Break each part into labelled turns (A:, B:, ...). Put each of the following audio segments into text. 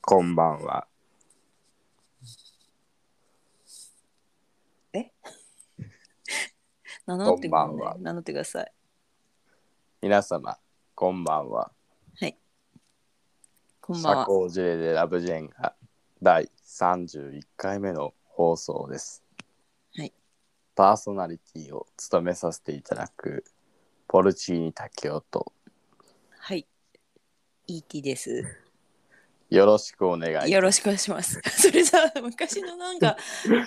A: こんばんは。
B: 名乗ってくだ
A: こんばんは
B: さ。
A: い
B: 名乗ってください。
A: 皆様、こんばんは。
B: こんばん
A: 社
B: は。
A: 交辞令でラブジェンが第31回目の放送です。
B: はい。
A: パーソナリティを務めさせていただく、ポルチーニ竹雄と、
B: はい。ET です。
A: よろしくお願いいたします
B: よろしくお願いします。 それさ、昔のな んか、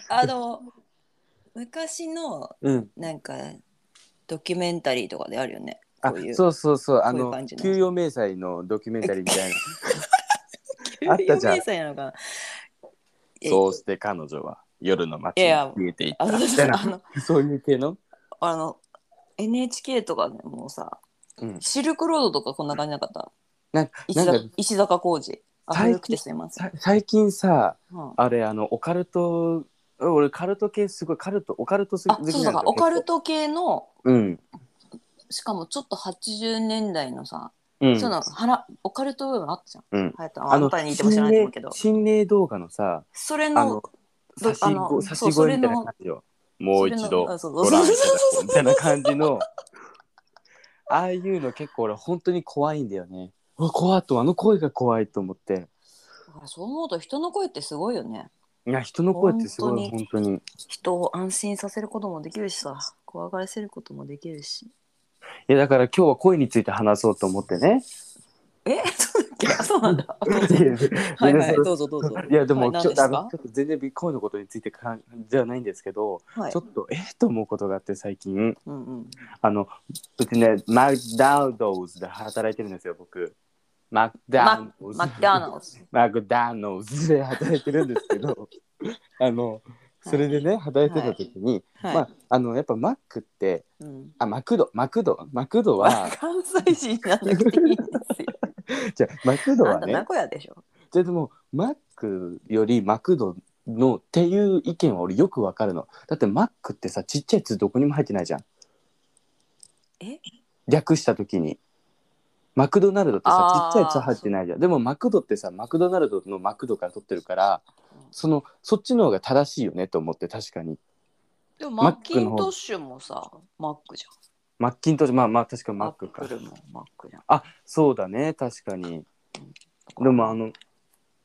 B: あの、昔の
A: うん、
B: なんか、ドキュメンタリーとかであるよね。
A: あ
B: こういう
A: そうそうそうあ
B: こういう
A: の
B: 感じの
A: 給与明細のドキュメンタリーみたいあったじゃん
B: 有名人なのかな
A: なそうして彼女は夜の街
B: い
A: に
B: やいや
A: 消えていった
B: あそう
A: み
B: そ
A: たい
B: うあ
A: な
B: の
A: そういう系の、
B: あの NHK とかでもさ
A: うん、
B: シルクロードとかこんな感じなかった
A: なん
B: 石
A: な
B: 坂
A: んか
B: 石坂浩二あ
A: 最近
B: 古くてすいません、
A: さ最近さ
B: うん
A: あれあのオカルト俺カルト系すごいカルトオカルトす
B: あそうだからオカル
A: ト
B: ト系の
A: うん、
B: しかもちょっと80年代のさ、
A: うん、
B: そういうのはらオカルト部分あったじゃん、
A: うん
B: はやたあんたに言っても知らないと思うけど
A: 心霊心霊動画のさ
B: それ
A: あ
B: の
A: の
B: ど
A: 差し
B: あの
A: 子差
B: そう
A: し
B: そ
A: 声
B: れ
A: み
B: の
A: たいな感じよもう一度
B: それのあそうそう
A: ご覧いただ
B: そうそうそう
A: くみたいな感じの ああいうの結構俺本当に怖いんだよねうわ怖っとあの声が怖いと思って
B: だからそう思うと人の声ってすごいよね
A: いや人の声ってすごい
B: 本
A: 本当に
B: 人を安心させることもできるしさ怖がらせることもできるし
A: いやだから今日は声について話そうと思ってね
B: えそうだっけあそうなん だ
A: は
B: はいはいどうぞどうぞ
A: いやでも、
B: はい、
A: ちょっとあ
B: 何
A: のちょっと全然ビッコインのことについてかんじゃないんですけど、
B: ですかはい
A: ちょっとえっと思うことがあって最近
B: うんうん
A: あの別にねマクダウドーズで働いてるんですよ僕マクダウドーズ
B: マッダーナルズ
A: マクダウドーズで働いてるんですけどあのそれでね、働いてた時に、
B: はい、
A: まああのやっぱマックって
B: うん
A: あマクドマクドマクドは
B: 関西人にならなくていいん ですよ。
A: じゃあマクド
B: あ
A: は
B: んた
A: ね
B: 名古屋でしょ。
A: じゃあでもマックよりマクドのっていう意見は俺よくわかるのだってマックってさちっちゃいやつどこにも入ってないじゃん
B: え
A: 略した時にマクドナルドってさ
B: あー
A: ちっちゃいやつ入ってないじゃんでもマクドってさマクドナルドのマクドから取ってるからそのそっちの方が正しいよねと思って確かに
B: でも
A: マ
B: マ
A: ッ
B: ッ
A: ク
B: キ
A: の方
B: ントッシュもさ、マックじ
A: マッキントッシュまあまあ確か
B: ゃん。
A: にマックか
B: アップルもマックじゃん。
A: あそうだね確かにでもあの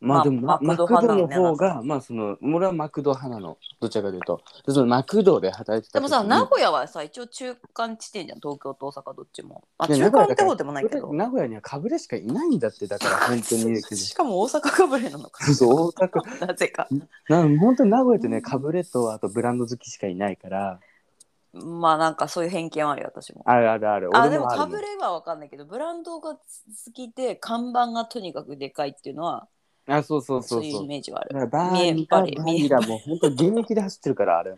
A: まあ
B: ま
A: でもママ
B: マ
A: ク
B: ク
A: ド
B: ド派な
A: の
B: のね
A: 方がまあその俺はマクド派なのどちらかというとでそのマクドで働いて
B: で
A: た
B: も
A: 時
B: さ、
A: に
B: 名古屋はさ、一応中間地点じゃん。東京と大阪どっちも。あ、
A: いや
B: 中間って方でもないけど。
A: 名古屋にはかぶれしかいないんだってだから本当に
B: しかも大阪かぶれなのか。
A: そう大阪
B: なぜか。
A: なん本当に名古屋ってねかぶれとあとブランド好きしかいないから
B: まあなんかそういう偏見あるよ、私も。
A: あるあるある
B: あ、
A: 俺
B: でも
A: ある
B: か
A: の
B: ぶれはわかんないけど、ブランドが好きで、看板がとにかくでかいっていうのは、
A: あそうそうそ
B: そう
A: う
B: いう
A: そ
B: イ
A: う
B: メージはあ
A: だ
B: る。
A: からバ
B: 見
A: ー
B: え
A: ミ
B: バ
A: ラ
B: レ
A: バ
B: 見
A: ー
B: え
A: ミラもう本当現役で走ってるからあれ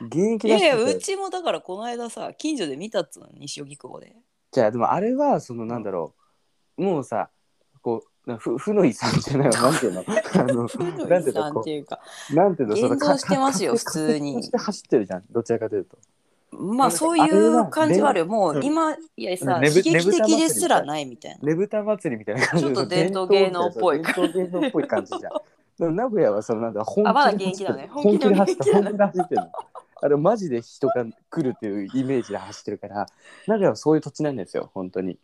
A: 現役
B: い
A: で
B: や
A: 走って
B: い
A: る
B: や、うちもだからこの間さ、近所で見たっつうの、西荻窪で。
A: じゃあでもあれはそのなんだろうもうさこうなふ負の遺産じゃないわなんていうのあの なんていうの
B: なん
A: こ
B: ていうか、
A: うなんていうのその
B: 現像してますよ、
A: か
B: 普通
A: かか
B: に
A: して。走ってるじゃんどちらかというと
B: まあそう
A: あれ
B: い
A: は
B: う感じはあるよ。もう
A: うん
B: 今、いやさ、
A: ねぶ
B: 刺激
A: ねぶた祭
B: 的
A: り
B: ですらないみたいな。
A: ねぶた祭りみたいな感じ
B: ちょっと伝統芸能っぽい
A: 伝統芸能っぽい感じじゃん。でも名古屋はそのなんだ本
B: あまだ
A: 気で走ってる
B: 現役だね
A: 本気で走ってる。
B: 本
A: 本気で走ってる。あれマジで人が来るっていうイメージで走ってるから、名古屋はそういう土地なんですよ本当に。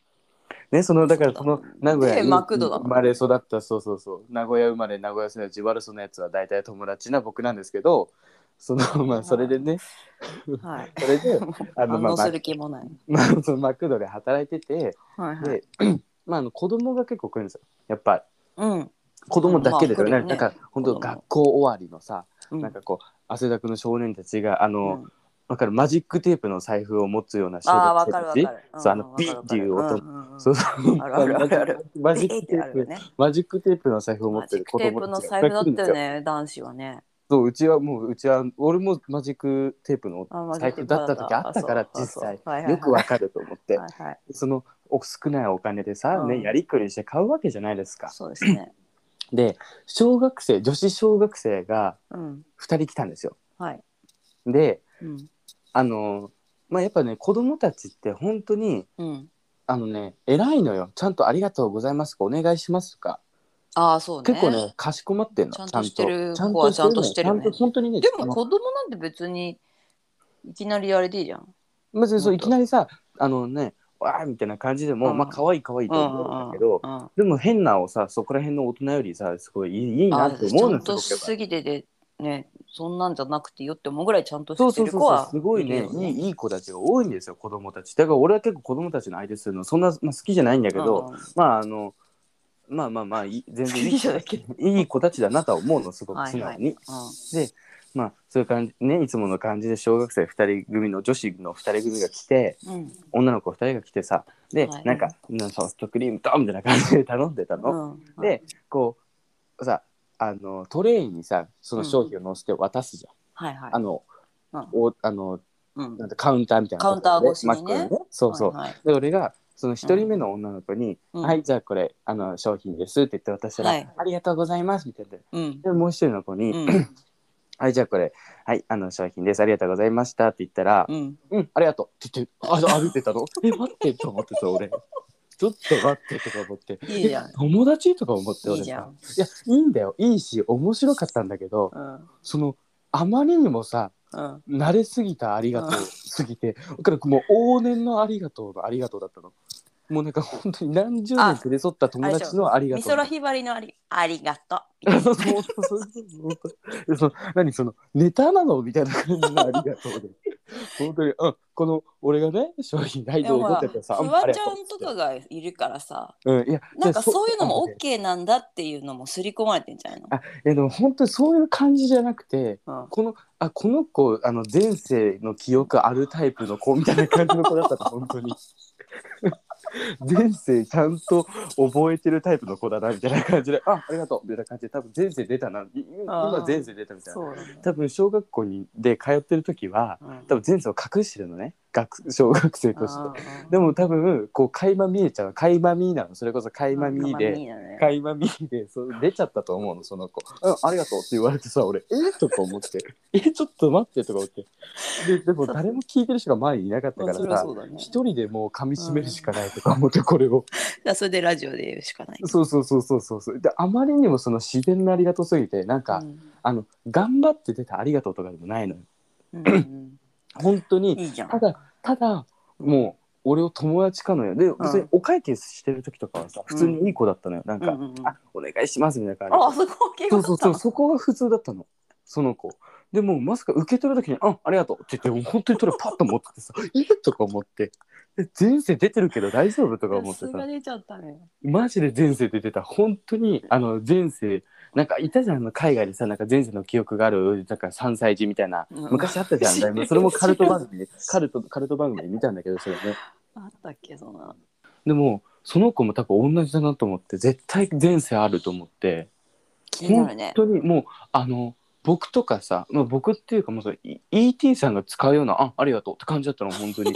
A: ね、そのだからそ
B: そ
A: う
B: だ
A: の名古屋
B: で
A: に
B: マクドだもん
A: 生まれ育ったそうそうそう名古屋生まれ名古屋育ち悪そうなやつは大体友達な僕なんですけどそのまあそれでね
B: はい。
A: それで あの
B: 反
A: まあ
B: 応
A: ますあ
B: る気もない。
A: まあそのマクドで働いてて
B: はいはい。
A: でまああの子供が結構来るんですよやっぱり
B: うん。
A: 子供だけですよね,、
B: まあ来るよね
A: なんか本当
B: 子供
A: 学校終わりのさ、
B: うん
A: なんかこう汗だくの少年たちがあ
B: う
A: の、
B: ん
A: わかるマジックテープの財布を持つような少
B: ああ、わ
A: 年
B: かる
A: た
B: わ
A: ち
B: かる。
A: そうあ
B: ん
A: の
B: わかるわかる
A: ビッていう音
B: んん
A: そうそう
B: あるあるあるある
A: マジ
B: ビ
A: ッ
B: ーっ
A: クテ
B: てあ
A: ー
B: る
A: プ、
B: よね。
A: マジックテープの財布を持
B: マ
A: って
B: ジ
A: る
B: ック
A: 子
B: テープ
A: 供
B: の
A: たちが
B: 財布だっ
A: 来るん
B: た
A: です
B: よ
A: よ
B: ね、男子はね。
A: そううちはもううちは俺もマジックテープの
B: あマジッ
A: 財
B: ク
A: 布
B: テープ
A: だった時あったから
B: そう
A: 実
B: そうそう
A: 際
B: はいはいはい
A: よくわかると思って、
B: はいはい。
A: そのお少ないお金でさ、
B: う
A: ね
B: ん
A: やりくりして買うわけじゃないですか。
B: そうですね。
A: で小学生女子小学生が
B: うん。
A: 2人来たんですよ。
B: はい。
A: で
B: うん。
A: あのまあやっぱね子供たちって本当に
B: うん。
A: あのね偉いのよちゃんと「ありがとうございます」とか「お願いします」とか
B: ああそうね
A: 結構ねかしこまってんの
B: ち
A: ち
B: ゃ
A: ゃんと
B: んとしてる
A: ちゃん
B: 子は
A: と
B: ちゃんとしてるよね
A: ちゃんと本当にね
B: でも子供なんて別にいきなりあれでいいじゃん
A: 別にそう
B: 本
A: い
B: 当
A: きなりさあのねわーみたいな感じでも、
B: うん
A: まあ可愛い可愛いと思うんだけど、
B: うんうんうん
A: でも変なをさそこら辺の大人よりさすごいいいいいな
B: あ
A: って
B: ち
A: 思
B: ゃ
A: うの
B: ん
A: すご
B: と
A: く
B: し
A: よ
B: すぎてでねそんなんじゃなくていいよって思うぐらいちゃんと
A: そ
B: し
A: う
B: て
A: そうそ
B: る子
A: うそう
B: は
A: すごいね
B: るよ
A: いいいい子たちが多いんですよ子供たちだから俺は結構子供たちの相手するのそんな、まあ、好きじゃないんだけど、
B: うん
A: まああのまあまあまあいい全然い
B: 好き
A: い
B: じゃないけど
A: いい子たちだなとは思うのすごく素直に。
B: う
A: でまあそういう感じねいつもの感じで小学生2人組の女子の2人組が来て
B: んうん
A: 女の子2人が来てさで、
B: はい
A: なんかうんソフトクリームとみたいな感じで頼んでたの。
B: うん
A: でこうさあのトレイにさその商品を乗せて渡すじゃん。
B: はいはい
A: あの、
B: うん
A: おあの
B: うん
A: なんてカウンターみたいなところで
B: カウンター越しにね
A: マックのそうそう、
B: はい
A: で俺がその1人目の女の子に「
B: うん
A: はいじゃあこれあの商品です」って言って渡したら「
B: はい
A: ありがとうございます」みたいな
B: うん
A: でもう1人の子に「
B: うん
A: はい、じゃあこれ、はい、あの商品です。ありがとうございましたって言ったら、
B: うん
A: うん、ありがとうって言って、あ歩いてたの え、待ってと思ってさ、俺。ちょっと待ってとか思って。
B: いいじゃん
A: え友達とか思って、
B: いい
A: 俺
B: じゃ
A: さ
B: ん。
A: いや、いいんだよ。いいし、面白かったんだけど、
B: うん
A: その、あまりにもさ、
B: うん
A: 慣れすぎたありがとうすぎて、だからもう往年のありがとうのありがとうだったの。もうなんか本当に何十
B: あ
A: 年連れ添った友達のありが
B: 美
A: とう。
B: 空ひばりのありありがとう
A: そうそうそうそうその何そのネタなのみたいな感じのありがとうで本当に、うん、この俺がね商品ない
B: で
A: と
B: も
A: 思
B: ほ
A: っ
B: ら
A: ててさ
B: フ
A: あ
B: ワ
A: あり
B: ち
A: が
B: ゃ
A: と
B: んと
A: う
B: かがいるからさ
A: うんいや
B: なんかそういうのも
A: い
B: OK なんだっていうのも刷り込まれてんじゃないの
A: あやでも本当にそういう感じじゃなくて
B: うん
A: このあこの子あの前世の記憶あるタイプの子みたいな感じの子だったの本当に前世ちゃんと覚えてるタイプの子だなみたいな感じであありがとうみたいな感じで多分前世出たない今前世出たみたいな
B: そうなんだ
A: 多分小学校にで通ってる時は
B: うん
A: 多分前世を隠してるのね学小学生として
B: うんうん
A: でも多分こう垣間見えちゃう垣間見なのそれこそ垣間見
B: うん
A: で
B: 垣間だね
A: 垣間見でそう出ちゃったと思うのその 子「うんありがとう」って言われてさ俺「えとか思って 「えちょっと待って」とか思ってででも誰も聞いてる人が前にいなかったか
B: まあ
A: ら
B: それは
A: さ
B: そうだね
A: 一人でもう噛み締めるしかないとか思ってこれを
B: だからそれでラジオで言うしかない
A: そうそうそうそうそうそうであまりにもその自然なありがとうすぎてなんか、
B: うん
A: あの頑張って出たありがとうとかでもないのよ
B: うんうん
A: 本当に
B: いいじゃん
A: ただただもう俺を友達かのようで別にお会計してる時とかはさ普通にいい子だったのよなんか、
B: うんうんうん
A: あお願いしますみたいな感じ
B: あそこ敬
A: そ
B: 語
A: う
B: だ
A: そうそ
B: った
A: うそこが普通だったのその子でもまさか受け取る時に「あありがとう」って言って本当にそれパッと持っててさ 「いい?」とか思ってで前世出てるけど大丈夫とか
B: の
A: 思っ
B: さ
A: て
B: す
A: さ
B: が出ちゃったね
A: マジで前世出てた本当にあの前世なんかいたじゃんあの海外でさなんか前世の記憶があるなんか3歳児みたいな
B: うん
A: 昔あったじゃんだいぶそれもカルト番 組でカルトカルト番組で見たんだけどそれね
B: あったっけそんな
A: でもその子も多分同じだなと思って絶対前世あると思って
B: 気になる
A: 本
B: ね
A: 当にもうあの僕とかさ、まあ、僕っていうかもうその E- ET さんが使うような「あありがとう」って感じだったの本 当に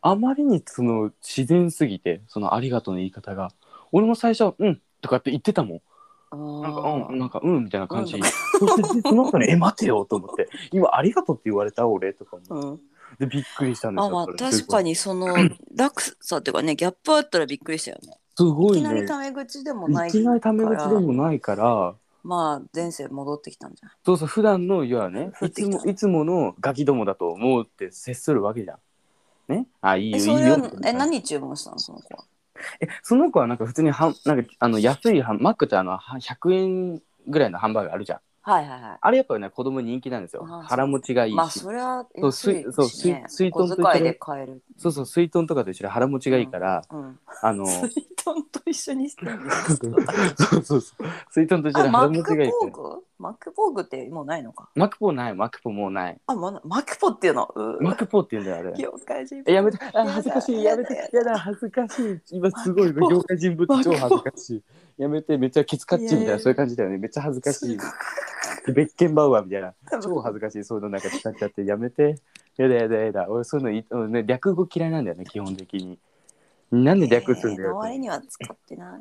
A: あまりにその自然すぎてその「ありがとう」の言い方が俺も最初「うん」とかって言ってたもん
B: な
A: なんか、うん、なんか、うん、みたいな感じ。
B: うん
A: そして、その後に、え、待てよと思って、今、ありがとうって言われた俺とかも。
B: うん
A: で、びっくりしたんです
B: あ
A: よ。
B: まあ
A: それ
B: 確か。にその落差っていうかねギャップあったらびっくりしたよね。
A: す
B: い
A: ご
B: き
A: い
B: なり
A: ね。
B: タメ口でもない
A: い
B: か
A: きなりタメ口で
B: ら
A: もないから、
B: まあ前世戻ってきたんじゃない
A: そうそう、普段の、いやね、
B: 降っ
A: い
B: て
A: つ
B: き
A: も、
B: た
A: いつものガキどもだと思うって接するわけじゃん。ね、あ、いいよ、
B: え
A: いい
B: そ
A: よ
B: れは
A: みたい
B: え
A: な。
B: 何注文したのその子は。
A: え、その子はなんか普通にはん、なんか、あの、安いハン、マックってあの、は100円ぐらいのハンバーガーあるじゃん。
B: はいはいは
A: あれやっぱね、子供人気なんですよ
B: あ。
A: 腹持ちがいい
B: い。
A: し。
B: まあそれは
A: そうスイ
B: 安い
A: そう
B: しね
A: スイスイトン
B: 小
A: と
B: 遣いで買える。
A: そうそう、水豚とかと一緒で腹持ちがいいから、
B: うん。
A: あ の、
B: スイトンと一緒 にしてる。
A: そうそうそう。スイートンと一緒
B: あ
A: で
B: マ
A: 腹
B: ッ
A: 持ち
B: ク
A: がいいか
B: ポー
A: ら。
B: ク？マックポークってもうないのか。
A: マクポない、マクポもうない。
B: あまだマックポっていうの。う
A: マクポって言うんだよ、あれ。
B: 業界人
A: え、やめて、あ、
B: だ
A: 恥ずかしい、
B: や
A: や
B: だ
A: めて
B: や、だ
A: やだ、恥ずかしい。今すごい、
B: マクポ
A: 業界人物
B: マクポ
A: 超恥ずかしい。やめて、めっちゃケツカッチンみた
B: いや
A: い
B: いや
A: な、そういう感じだよね。めっちゃ恥ずかし
B: す
A: い。ベッケンバウアーみたいな。
B: 多分
A: 超恥ずかしい、そういうのなんか使っちゃって、やめて。やだやだやだ、俺そういうのいい、うんね、略語嫌いなんだよね、基本的に。なんで略すんだ
B: えーの
A: よ。
B: 割には使ってない。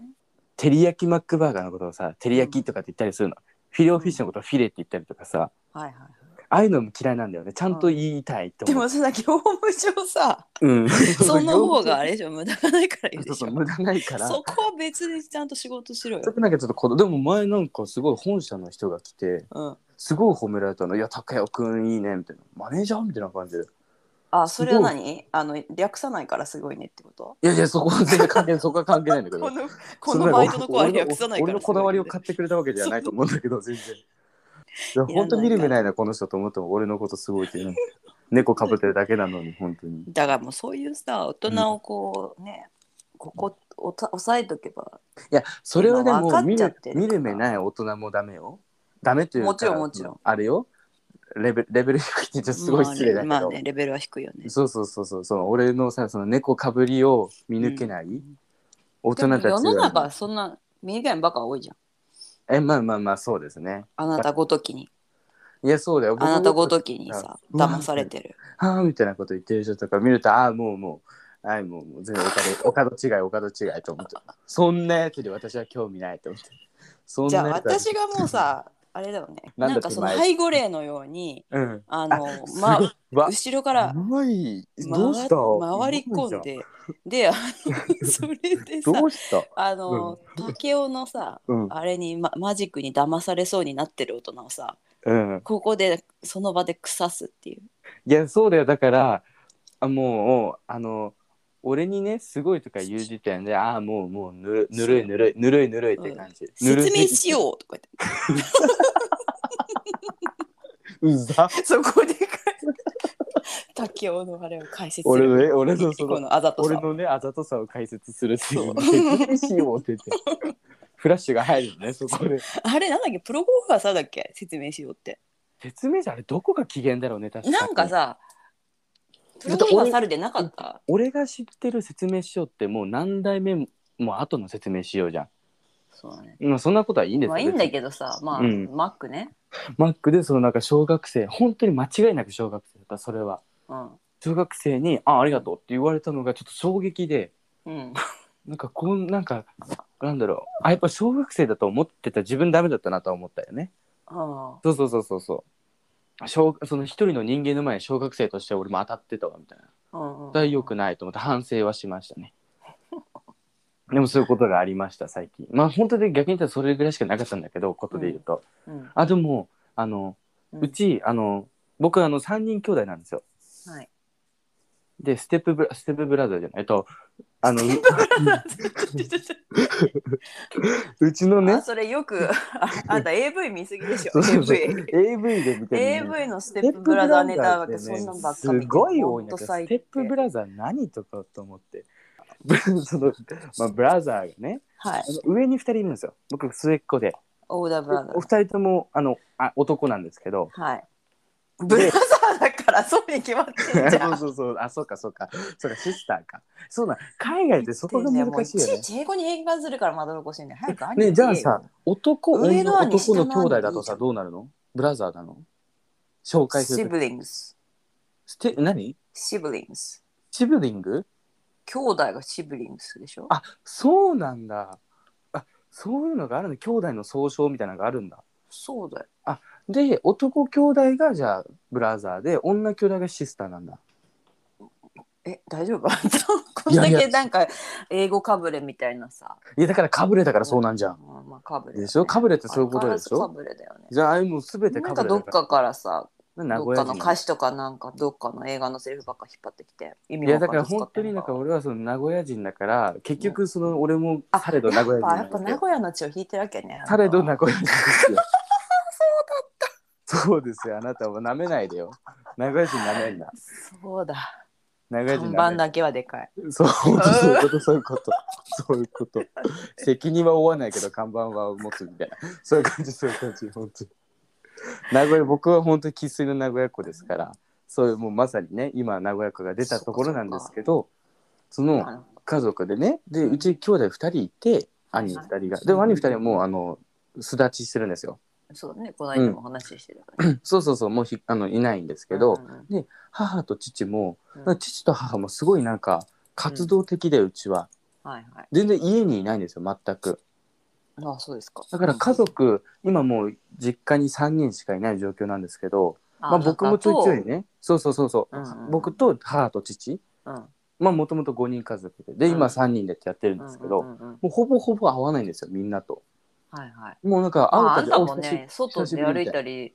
A: 照り焼きマックバーガーのことをさ照り焼きとかって言ったりするの、フィレオフィッシュのことをフィレって言ったりとかさ
B: はいはい。
A: ああいうのも嫌いなんだよねちゃんと言いたいって
B: で
A: 思う
B: もそんな業務 上さ
A: うん、
B: その方があれでしょ無駄がないからいい
A: そ
B: で
A: う
B: し
A: そう
B: ょ
A: 無駄ないから
B: そこは別にちゃんと仕事しろよ
A: そ、れなんかちょっとこのでも前なんかすごい本社の人が来て
B: うん、
A: すごい褒められたの「いや高代くんいいね」みたいな「マネージャー?」みたいな感じで「
B: あそれは何あの略さないからすごいねってこと
A: いやいやそこは全然関係ないそこは関係ないんだけど
B: こ」の このバイトの子は略さないから
A: 俺のこだわりを買ってくれたわけではないと思うんだけど全然いや本当見る目ないなこの人と思っても俺のことすごいってね猫かぶってるだけなのに本当に
B: だからもうそういうさ大人をこうね、ここおた抑えとけば
A: いやそれはで
B: 今分か
A: も
B: っ
A: 見
B: ちゃっ
A: る
B: てるから
A: 見る目ない大人もダメよダメというか
B: もちろんもちろん
A: あれよレベルレベル低くてちょっとすごい失礼だけど、
B: まあね,、まあねレベルは低いよね
A: そうそうそうそうその俺のさその猫かぶりを見抜けない、大人たち
B: でも
A: は
B: 世の中はそんな見えないバカ多いじゃん
A: えまあまあまあそうですね
B: あなたごときに
A: いやそうだよ
B: あなたごと
A: き
B: きにさ
A: うん
B: 騙されてる
A: ああみたいなこと言ってる人とか見るとああもうもうああもうもう全然お 門お門違いお門違いと思ってそんなやつに私は興味ないと思ってそん
B: じ
A: な
B: ゃあ
A: やつは
B: 私がもうさあれだよね
A: なんだ
B: なんかその
A: 手前
B: 背後霊のように
A: うん
B: あの
A: すご
B: ま
A: い わ
B: 後ろから
A: うまいどう
B: 回
A: し
B: 回
A: た
B: り込ん
A: う
B: でで あのそれで
A: まいじゃ
B: さ
A: んどうした
B: あの竹雄のさ
A: うん
B: あれに、ま、マジックに騙されそうになってる大人をさ
A: うん
B: ここでその場で腐すっていう
A: いやそうだよだからあもうあの俺にねすごいとか言う時点でああもうもうぬるぬるいぬるいぬるいぬるいって感じ、ぬるい
B: 説明しようとか言って
A: うざ
B: そこで竹雄のあれを解説する
A: 俺のね俺のそ
B: こ
A: の
B: のあざと
A: 俺
B: さ
A: のねあざとさを解説するっていう
B: そう
A: 説明しようって言 ってフラッシュが入るのねそこで
B: あれなんだっけプロゴルファーさんだっけ説明しようって
A: 説明じゃあれどこが機嫌だろうね確かに
B: なんかさプ
A: だ
B: ロ
A: って俺
B: ゴルファー猿でなかった
A: 俺が知ってる説明しようってもう何代目も後の説明しようじゃ
B: そうだね
A: ん、まあ、そんなことはいいんですよ
B: まあいいんだけどさまあ、
A: うん
B: マックね
A: マックでそのなんか小学生本当に間違いなく小学生だからそれは
B: うん
A: 小学生に「あありがとう」って言われたのがちょっと衝撃で
B: うん
A: なんかこんなんかなんだろうあやっぱ小学生だと思ってた自分ダメだったなとは思ったよね
B: あ
A: そうそうそうそうそう小その一人の人間の前に小学生として俺も当たってたわみたいな
B: あうん
A: 絶対良くないと思って反省はしましたね でもそういうことがありました最近まあ本当で逆に言ったらそれぐらいしかなかったんだけどことで言うと、
B: うん
A: あでもあの
B: うん
A: うち、あの僕あの3人兄弟なんですよ
B: はい
A: でステップブラステップブラザーじゃないえっとあのうちの
B: あ
A: ね
B: それよくああんた AV 見すぎでしょ
A: そうそうそう
B: AV
A: AV で見てるね
B: AV のステップブラザーネタだけ
A: ス
B: そ
A: テッ
B: ん
A: プブ
B: な
A: ラ
B: ん
A: ザー
B: ばっ
A: って
B: か
A: ね
B: 見て
A: すごい多いんだけど
B: ほんと
A: ス
B: 最低
A: テップブラザー何とかと思ってブ その、まあ、ブラザーがね
B: はい
A: あの上に2人いるんですよ僕末っ子で
B: オーダーブラザー
A: お二人ともあのあ男なんですけど
B: はいブラザーだからそうに決まってんじゃん
A: そうそうそうあそうかそうかそうかシスターかそうなん海外 ってそこが難しいよ
B: もう
A: ね
B: いちいち英語に変換するからまどろこしいね。早く兄貴
A: ねじゃあさ、男
B: 上
A: 女
B: の兄
A: 男の
B: 下の
A: 兄
B: 兄
A: 弟だとさどうなるのブラザーなの紹介す
B: シ
A: ると
B: ブリングス。
A: ステ何
B: シブリングス。
A: シブリング
B: 兄弟がシブリングスでしょ
A: あそうなんだあそういうのがあるの兄弟の総称みたいなのがあるんだ
B: そうだよ。
A: で男兄弟がじゃあブラザーで女兄弟がシスターなんだ
B: え、大丈夫 こん
A: いや
B: だ
A: いや
B: けなんか英語かぶれみたいなさ。
A: いやだからかぶれだからそうなんじゃん
B: まあまあかぶれだよね、
A: でしょかぶれってそういうことでしょ
B: 相変わらずかぶれだよね。
A: じゃああれもう全て
B: な
A: か
B: ん
A: ぶ
B: か
A: れ
B: ど
A: だ
B: っかからさ、
A: 名
B: ど
A: 古屋
B: っか
A: 人
B: の歌詞とかなんかどっかの映画のセリフばっか引っ張ってきて。意
A: い
B: 味
A: や
B: わ
A: だ
B: かん
A: から
B: ない使
A: 本
B: って
A: 当
B: ん
A: に
B: の
A: なん
B: か
A: か俺はその名古屋人だから結局その俺も
B: あ
A: されど名古屋人
B: やっ
A: な
B: ぱ
A: んですよ
B: やっぱ名古屋の血を引いてるわけね。
A: されど名古屋人です よそうだったそうですよあなたは舐めないでよ名古屋人舐めんな
B: そうだ。
A: 名古屋人舐
B: 看
A: め
B: 板
A: んな
B: だけはでかい。
A: そう本当そういうことそういうことそういうこと責任は負わないけど看板は持つみたいなそういう感じそういう感じ本当に名古屋僕は本当に生粋の名古屋っ子ですからそういうもうまさにね今名古屋っ子が出たところなんですけどその、
B: あの
A: 家族でねでうち兄弟2人いて兄2人がでも兄2人はもうあの巣立ちしてるんですよ、
B: そうね、この間も話してるからね、
A: そうそうそうもうひあのいないんですけど、
B: うんうん
A: 母と父も
B: うん
A: なんか父と母もすごいなんか活動的でうちは、
B: はいはい。
A: 全然家にいないんですよ全く
B: あ、そうですか。
A: だから家族今もう実家に3人しかいない状況なんですけどまあ、僕もちょいちょい
B: ね。
A: ねそうそうそうそう、
B: うんうん
A: 僕と母と父
B: うん
A: まあもともと5人家族でで今
B: うん
A: 3人でってやってるんですけど、
B: うんうんうんうん
A: もうほぼほぼ合わないんですよみんなと
B: はいはい。
A: もうなんか
B: ああ
A: 会
B: ん
A: うた
B: た
A: び
B: もね、外で歩いた
A: り
B: り、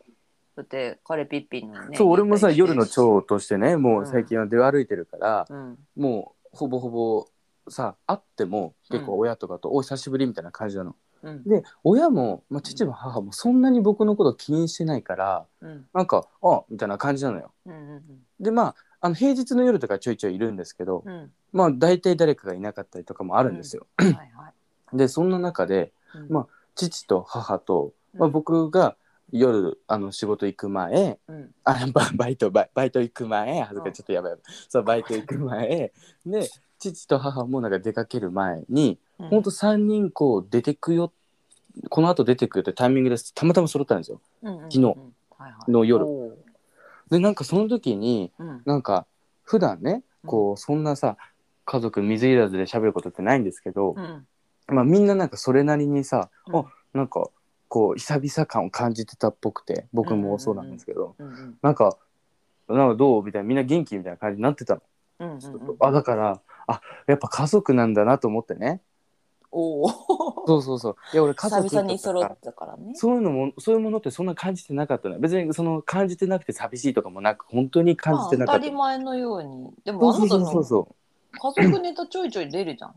B: だって、彼ピッピンのね。
A: そう俺もさ
B: 行っ
A: 夜
B: たり
A: の
B: してるし。
A: 蝶としてねもう最近は出歩いてるから、
B: うん。
A: もうほぼほぼさ会っても結構親とかと「お久しぶり」みたいな感じなの。
B: うん。
A: で親も、まあ、父も母もそんなに僕のこと気にしてないから
B: うん。
A: なんか「あみたいな感じなのよ。
B: うん。うん
A: でまああの平日の夜とかちょいちょいいるんですけど、
B: うん。
A: まあ大体誰かがいなかったりとかもあるんですよ。
B: うん。はいはい。
A: でそんな中で
B: うん
A: まあ父と母と、まあ、
B: うん
A: 僕が夜あの仕事行く前
B: うん。
A: あババイトバイバイト行く前恥ずかしいちょっとやばいやばいそうバイト行く前で父と母もなんか出かける前に
B: うん
A: ほんと3人こう出てくよこの後出てくよってタイミングですたまたま揃ったんですよ
B: 昨
A: 昨日の夜
B: うん
A: でなんかその時に
B: はいはい
A: なんか普段ねこうそんなさ家族水入らずで喋ることってないんですけど
B: おー、うん
A: まあ、みんななんかそれなりにさ、
B: うん
A: あなんかこう久々感を感じてたっぽくて僕もそうなんですけど、
B: うんうん
A: なんかなんかどうみたいなみんな元気みたいな感じになってたの、
B: うんうんうん
A: あだからあやっぱ家族なんだなと思ってね
B: おお
A: そうそうそういや俺家
B: 久
A: 族とか
B: 々に揃ったからね
A: そういうのもそういうものってそんな感じてなかったね別にその感じてなくて寂しいとかもなく本当に感じてな
B: まあ
A: かった、
B: 当たり前のようにで
A: そ
B: も
A: う
B: あ
A: そう
B: なた
A: そう
B: の
A: そう
B: 家
A: そう
B: 族ネタちょいちょい出るじゃん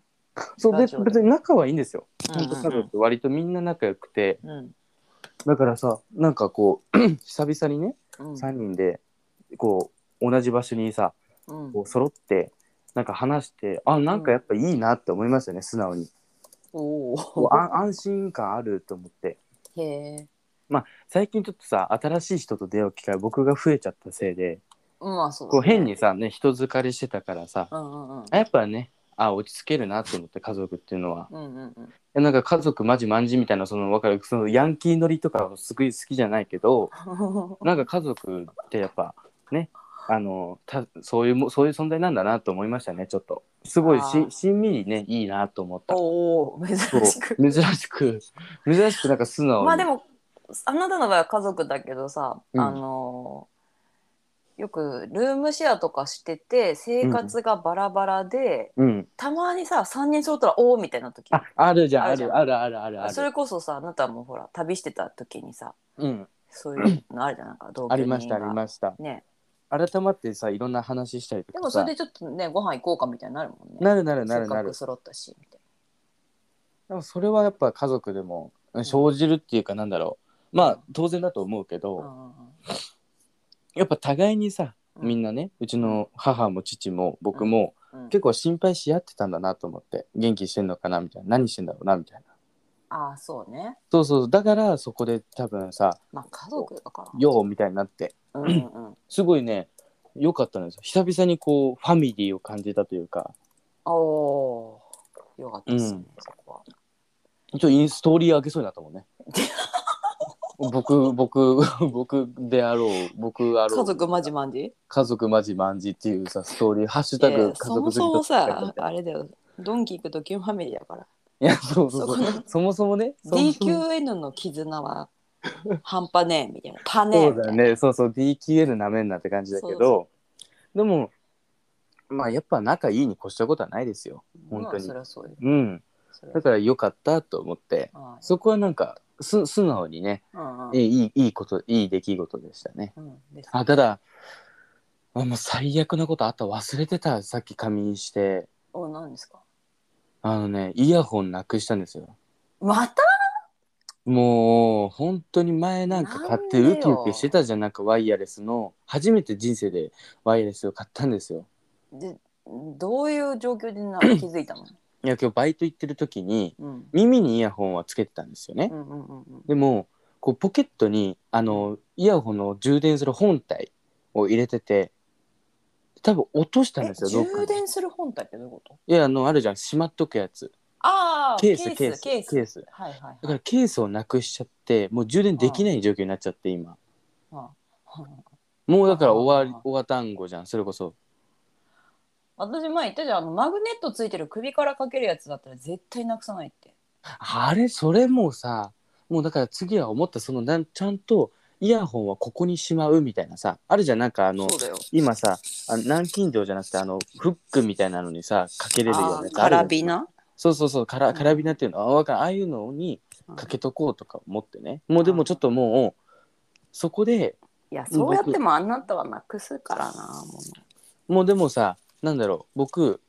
A: そうで
B: ラジオで
A: 別に仲はいいんですよ
B: う
A: 本当家
B: ん
A: 族って割とみんな仲良くて
B: うん
A: だからさなんかこう 久々にね
B: うん
A: 3人でこう同じ場所にさ
B: うん
A: こう揃ってなんか話してあなんかやっぱいいなって思いましたね素直に
B: お
A: こ
B: お
A: う あ安心感あると思って
B: へえ
A: 最近ちょっとさ新しい人と出会う機会僕が増えちゃったせいで
B: まあそうだ
A: こう変にさね人疲れしてたからさ
B: うんうんうん
A: あやっぱねあ落ち着けるなと思って家族っていうのは
B: うんうん うん
A: いやなんか家族マジマンジみたいなそのわかるそのヤンキー乗りとかはすごい好きじゃないけどなんか家族ってやっぱねあのたそういうもそういう存在なんだなと思いましたねちょっとすごい
B: あ
A: し
B: ー
A: しんみりねいいなと思った
B: おお珍
A: そう
B: しく
A: 珍しく珍しくなんか素直に
B: まあでもあなたの場合は家族だけどさ、
A: うん
B: あのよくルームシェアとかしてて生活がバラバラで、
A: うん
B: たまにさ3人揃ったらおおみたいな時
A: ああるじゃん
B: あ
A: あ
B: るじゃん
A: るあるあるあるある
B: それこそさあなたもほら旅してた時にさ
A: うん
B: そういうのあるじゃんなんか同居人が
A: ありましたありました
B: ね
A: 改まってさいろんな話したりと
B: でも
A: か
B: そ
A: さ
B: れでちょっとねご飯行こうかみたいになるもんね
A: なるなるなる
B: せっ
A: な
B: か
A: る
B: く揃ったしみたい
A: でもそれはやっぱ家族でも生じるっていうかなんだろうまあ当然だと思うけど、
B: なうんうん
A: やっぱ互いにさ
B: うん
A: みんなね、うちの母も父も僕も、
B: うんうん
A: 結構心配し合ってたんだなと思って元気してんのかなみたいな何してんだろうなみたいな
B: ああそうね
A: そうそうだからそこで多分さ
B: まあ家族だか
A: 「よう」みたいになって
B: らうんうんうん
A: すごいね良かったんですよ久々にこうファミリーを感じたというか
B: おおーよかったですね、
A: うん
B: そこは
A: ちょインストーリー上げそうになったもんね僕僕僕であろう僕あろう
B: 家族マジマンジ
A: 家族マジマンジっていうさストーリーハッシュタ
B: いやい
A: グ
B: や
A: 家
B: そ
A: 族
B: も
A: 好きと
B: そ
A: 書
B: も
A: いてあっ
B: さ
A: た
B: あれだよドンキ行く時ファミリーだから
A: いやそうそうそう
B: そこ
A: そもそもねそもそも
B: DQN の絆は半端ねえみたいなパねえ
A: そう
B: みたい
A: だ
B: な
A: ねそうそう DQL なめんなって感じだけ
B: そ
A: ど
B: うそ
A: でもまあやっぱ仲いいに越したことはないですよ本
B: ま
A: 当
B: あ
A: に
B: そりゃそうよ
A: うん
B: そりゃ
A: だから良かったと思って
B: ああ
A: そこはなんかす素直にね
B: うんうん
A: いいいいこといい出来事でしたね
B: うんです
A: あただあもう最悪なことあった忘れてたさっき仮眠して
B: お何ですか
A: あのねイヤホンなくしたんですよ
B: また
A: もう本当に前なんか買って
B: なんで
A: ウ
B: よ
A: キウキしてたじゃんなんかワイヤレスの初めて人生でワイヤレスを買ったんですよ
B: でどういう状況でな気づいた
A: い
B: の
A: や今日バイト行ってる時に
B: うん
A: 耳にイヤホンはつけてたんですよね
B: うんうんうんうん
A: でもこうポケットにあのイヤホンの充電する本体を入れてて多分落としたん
B: え
A: ですよどっか
B: 充
A: に
B: 電する本体ってどういうこと
A: いやあのあるじゃんしまっとくやつ
B: ああ
A: ケースケース
B: ケース
A: ケース
B: はいはい
A: だ
B: は
A: か
B: い
A: らケースをなくしちゃってもう充電できない状況になっちゃって今もうだから終わり
B: あー
A: 終わたんごじゃんそれこそ
B: 私前言ったじゃんあのマグネットついてる首からかけるやつだったら絶対なくさないって
A: あれそれもうさもうだから次は思ったそのなんちゃんとイヤホンはここにしまうみたいなさあるじゃんなんかあの
B: そうだよ
A: 今さあ南京錠じゃなくてあのフックみたいなのにさかけれるようなやつあ
C: カ
A: るじゃん
C: ラビナ
A: そうそうそうカラ
C: うん
A: カラビナっていうのはあわかんないああいうのにかけとこうとか思ってねもうでもちょっともうそこで
B: いやそうやってもあなたはなくすからなも
A: もうでもさなんだろう僕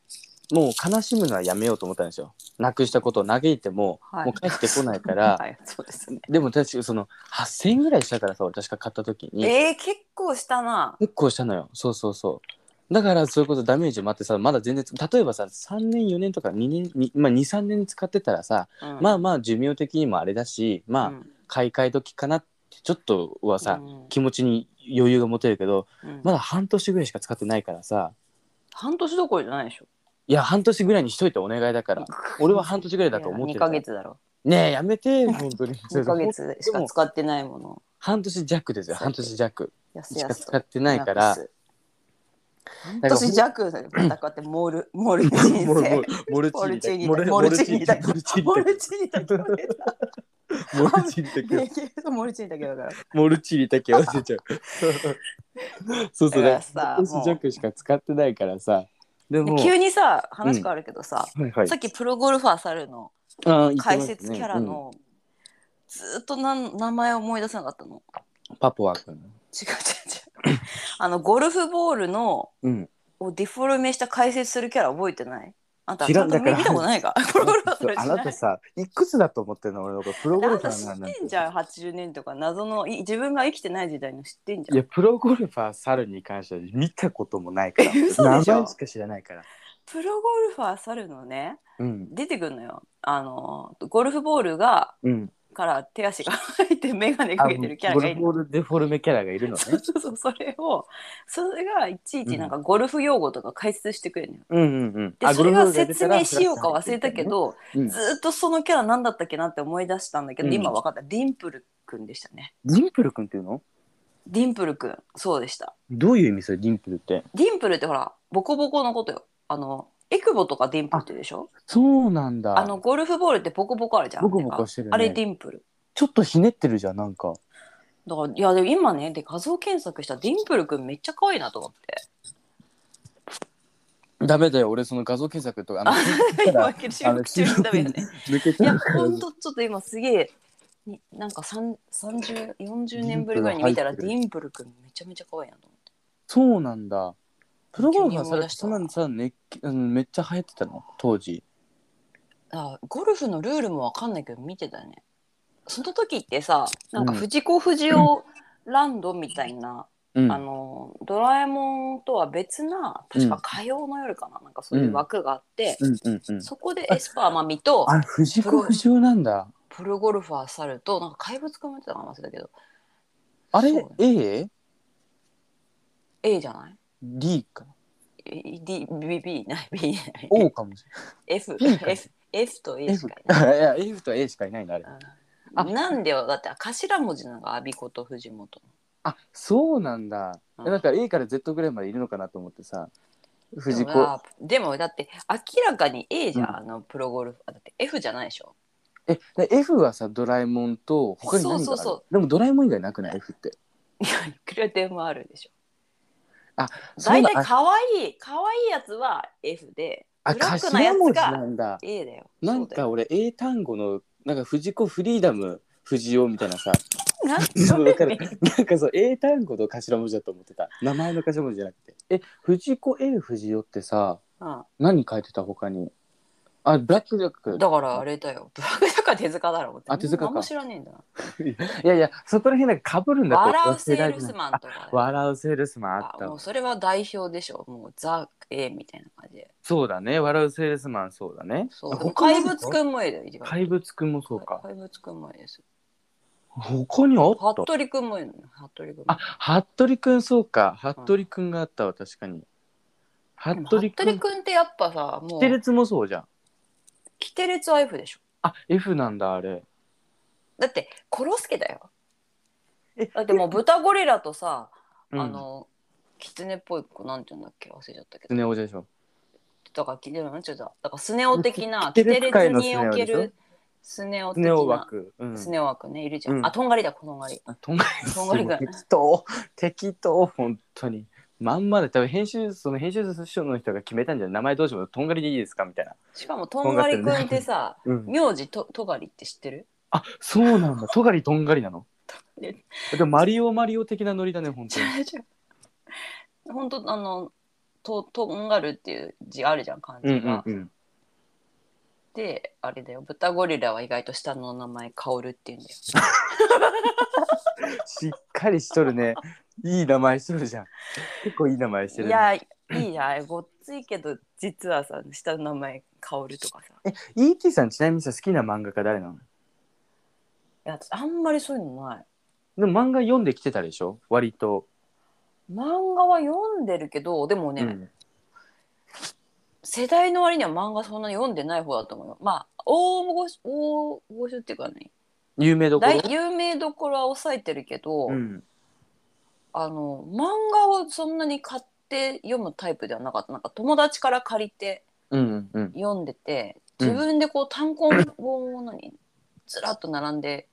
A: もう悲しむのはやめようと思ったんですよなくしたことを嘆いても、
B: はい
A: もう帰ってこないか
B: う
A: ら、
B: はいそうですね
A: でも確かその8,000円ぐらいしたからさ俺確か買った時に
B: えー、結構したな
A: 結構したのよそうそうそうだからそういうことダメージもあってさまだ全然例えばさ3年4年とか2年に、まあ、23年使ってたらさ、
B: うん
A: まあまあ寿命的にもあれだしまあ、
B: うん
A: 買い替え時かなってちょっとはさ、
B: うん
A: 気持ちに余裕が持てるけど
B: うん
A: まだ半年ぐらいしか使ってないからさ
B: 半年どころじゃないでしょ
A: いや半年ぐらいにしといてお願いだから俺は半年ぐらいだと思って
B: 2
A: る
B: ヶ月だろ
A: ねえやめて本当に
B: 2ヶ月しか使ってないものを
A: 半年弱ですよ
B: そう
A: 半年弱
B: やす
A: し
B: や
A: か
B: す
A: 使
B: と
A: ってないから
B: 半年弱またこうやってモールモール人生
A: モルモル
B: モルチーニ
A: モルモルチーニ
B: だ
A: モルチー
B: モル
A: ニ
B: チーニだけどね
A: モルチーニ だけ
B: できるとモルチーニだけだから
A: モルチーニだけ忘れちゃうそうそう
B: だから
A: だ
B: さ
A: 半年
B: も
A: 弱しか使ってないからさでも
B: で急にさ話変わるけどさ、
A: はいはい
B: さっきプロゴルファー猿の
A: あー言ってましたね
B: 解説キャラの、ずーっとなん名前思い出せなかったの
A: うんパポワ君
B: 違う違う違う あのゴルフボールの
A: うん
B: をディフォルメした解説するキャラ覚えてないあんた
A: 知らん
B: ちゃん
A: だか
B: と
A: ら
B: 見見たことない かプロゴルファー猿
A: あ
B: 知ら
A: な
B: ない
A: たさいくつだと思ってんの俺のことプロゴ
B: な
A: ル
B: ん
A: ファ
B: か
A: ー
B: 知
A: なん
B: って
A: て
B: んじゃん80年とか謎のい自分が生きてない時代の知ってんじ
A: い
B: ゃ
A: や
B: ん
A: プロゴルファー猿に関しては見たこともないから
B: え嘘でしょ
A: 名前しか知らないから
B: プロゴルファー猿のね
A: うん
B: 出てくるのよあのゴルフボールが
A: うん
B: から手足が入って眼鏡
A: あ
B: かけてるキャラ
A: ゴ
B: が
A: ル
B: いる
A: フ
B: の
A: ボールデフォルメキャラがいるの
B: そう
A: ね
B: そうそうそれをそれがいちいちなんかゴルフ用語とか解説してくれるのよ。
A: うんうんうん
B: でそれが説明しようか忘れたけ、ど、
A: ゴルフボールが出たらプラス入ってるね
B: ずっとそのキャラなんだったっけなって思い出したんだけど、
A: うん
B: 今分かったディンプルくんでしたね
A: うん、ディンプル君っていうの
B: ディンプルくんそうでした
A: どういう意味それディンプルって
B: ディンプルってほらボコボコのことよあのエクボとかディンプルって言うでしょ
A: そうなんだ
B: あのゴルフボールってボコボコあるじゃん
A: ボコボコしてるよね
B: あれディンプル
A: ちょっとひねってるじゃんなんか
B: だからいやでも今ねで画像検索したらディンプルくんめっちゃ可愛いなと思って
A: ダメだよ俺その画像検索とかあの
B: 今収録中にダメよね
A: 抜け
B: い
A: ちゃ
B: や
A: うから
B: ほんとちょっと今すげえになんか3040年ぶりぐらいに見たら
A: デ
B: デ
A: ィ
B: ィンプルくんめちゃめちゃ可愛いなと思って
A: そうなんだプロゴルファー
B: 急に思い
A: さ
B: 出
A: れ
B: した
A: そんなにさ、ね、うんめっちゃ流行ってたの当時
B: あゴルフのルールもわかんないけど見てたねその時ってさなんか
A: うん
B: 藤子不二雄ランドみたいな、
A: うん
B: あのドラえもんとは別な確か火曜の夜かな,、なんかそういう枠があって、
A: うんうんうん
B: そこでエスパーマミと
A: あ藤子不二雄なんだ
B: プロゴルファー猿となんか怪物くんもやってたかな忘れたけど
A: あれ
B: そう
A: A?D
B: A じゃない
A: か
B: ?DBB ない B ない
A: O かもし
B: F,
A: P か
B: F, F と A しかい
A: れ
B: ない。
A: ないいや F と A しかいないのあれあ
B: うんなんでよだって頭文字なのが阿ビ子と藤本
A: あそうなんだ、
B: うん
A: なんか A から Z ぐらいまでいるのかなと思ってさ藤
B: でも
A: 子
B: なでもだって明らかに A じゃん、
A: うん
B: あのプロゴルファーだって F じゃないでしょ
A: えで F はさドラえもんと他に何がある
B: そうそうそ
A: でもドラえもん以外なくない F って
B: いやいくらでもあるでしょ
A: あそう
B: 大
A: だ
B: 体かわいいかわいいやつは F で
A: あ
B: ブラックなや
A: 頭文
B: つ
A: 字な
B: が
A: んだ
B: A だよ
A: なん
B: そうだ
A: か
B: よ
A: 俺英単語のなんか藤子フリーダム藤尾みたいなさ
B: なん
A: そうわかる
B: どういう意味
A: なんかそう英単語の頭文字だと思ってた名前の頭文字じゃなくてえ藤子 A 藤尾ってさ
B: うん
A: 何書いてた他にあブラックジャック
B: だからあれだよブラックだから手塚だろ
A: あ手塚か
B: 何も知らねえんだない
A: やいやそこら辺なんか被るんだって
B: 笑うセールスマンとかだよ
A: 笑うセールスマンあっ
B: あ
A: た
B: もうそれは代表でしょもうザ・ A みたいな感じで
A: そうだね笑うセールスマンそうだね
B: そう
A: あ
B: でも
A: 他に
B: 怪
A: も
B: 物くんも A だよ一番
A: 怪物くんもそうか
B: 怪物くんも A です
A: 他にあっ
B: 服
A: た
B: 部くんもいるの服部くんも
A: あ服部くんそうか服部くんがあったわ確かに服部く
B: 服部
A: ん
B: くんってやっぱさも
A: キ
B: う
A: テレツもそうじゃん
B: キテレツは F でしょ
A: あ F なんだあれ
B: だってコロスケだよ
A: え
B: だってもう豚ゴリラとさ、
A: うん
B: あのキツネっぽい子なんていうんだっけ忘れちゃったけ
A: ス
B: ど
A: ネ夫でしょ
B: だからキテレツだからスネ夫的な
A: キテ
B: キテ
A: レ
B: レ
A: ツ界
B: ツ
A: の
B: におけ
A: スネ夫でしス
B: るスネ夫的
A: ネ
B: な
A: 夫枠、うん、
B: スネ夫枠ねいるじゃん、
A: うん
B: あとんがりだこんがり
A: あとんがり
B: とんがりが
A: 適当適当本当にまんまで多分編集その編集者の人が決めたんじゃない名前どうしようとんがりでいいですかみたいな、
B: しかもとんがりくんってさ
A: うん、
B: 名字ととがりって知ってる
A: あそうなん だとがりとんがりなの
B: がり
A: でもマリオマリオ的なノリだね本当に
B: 本当あのととんがるっていう字あるじゃん漢字
A: う
B: が、
A: んうんうん
B: であれだよ豚ゴリラは意外と下の名前カオルっていうんだよ
A: しっかりしとるねいい名前しとるじゃん結構いい名前してる、
B: い
A: ね、
B: やいいやごっついけど実はさ下の名前カオルとかさ
A: ET さんちなみにさ好きな漫画家誰なの
B: いやあんまりそういうのない
A: でも漫画読んできてたでしょ割と、
B: 漫画は読んでるけどでもね、
A: うん
B: 世代の割には漫画そんなに読んでない方だと思うよまあ大御所大御所っていうかね
A: 有名どころ
B: 大有名どころは抑えてるけど、
A: うん、
B: あの漫画をそんなに買って読むタイプではなかったなんか友達から借りて
A: うんうん
B: 読んでて
A: うん
B: 自分でこう単行本を何ずらっと並んで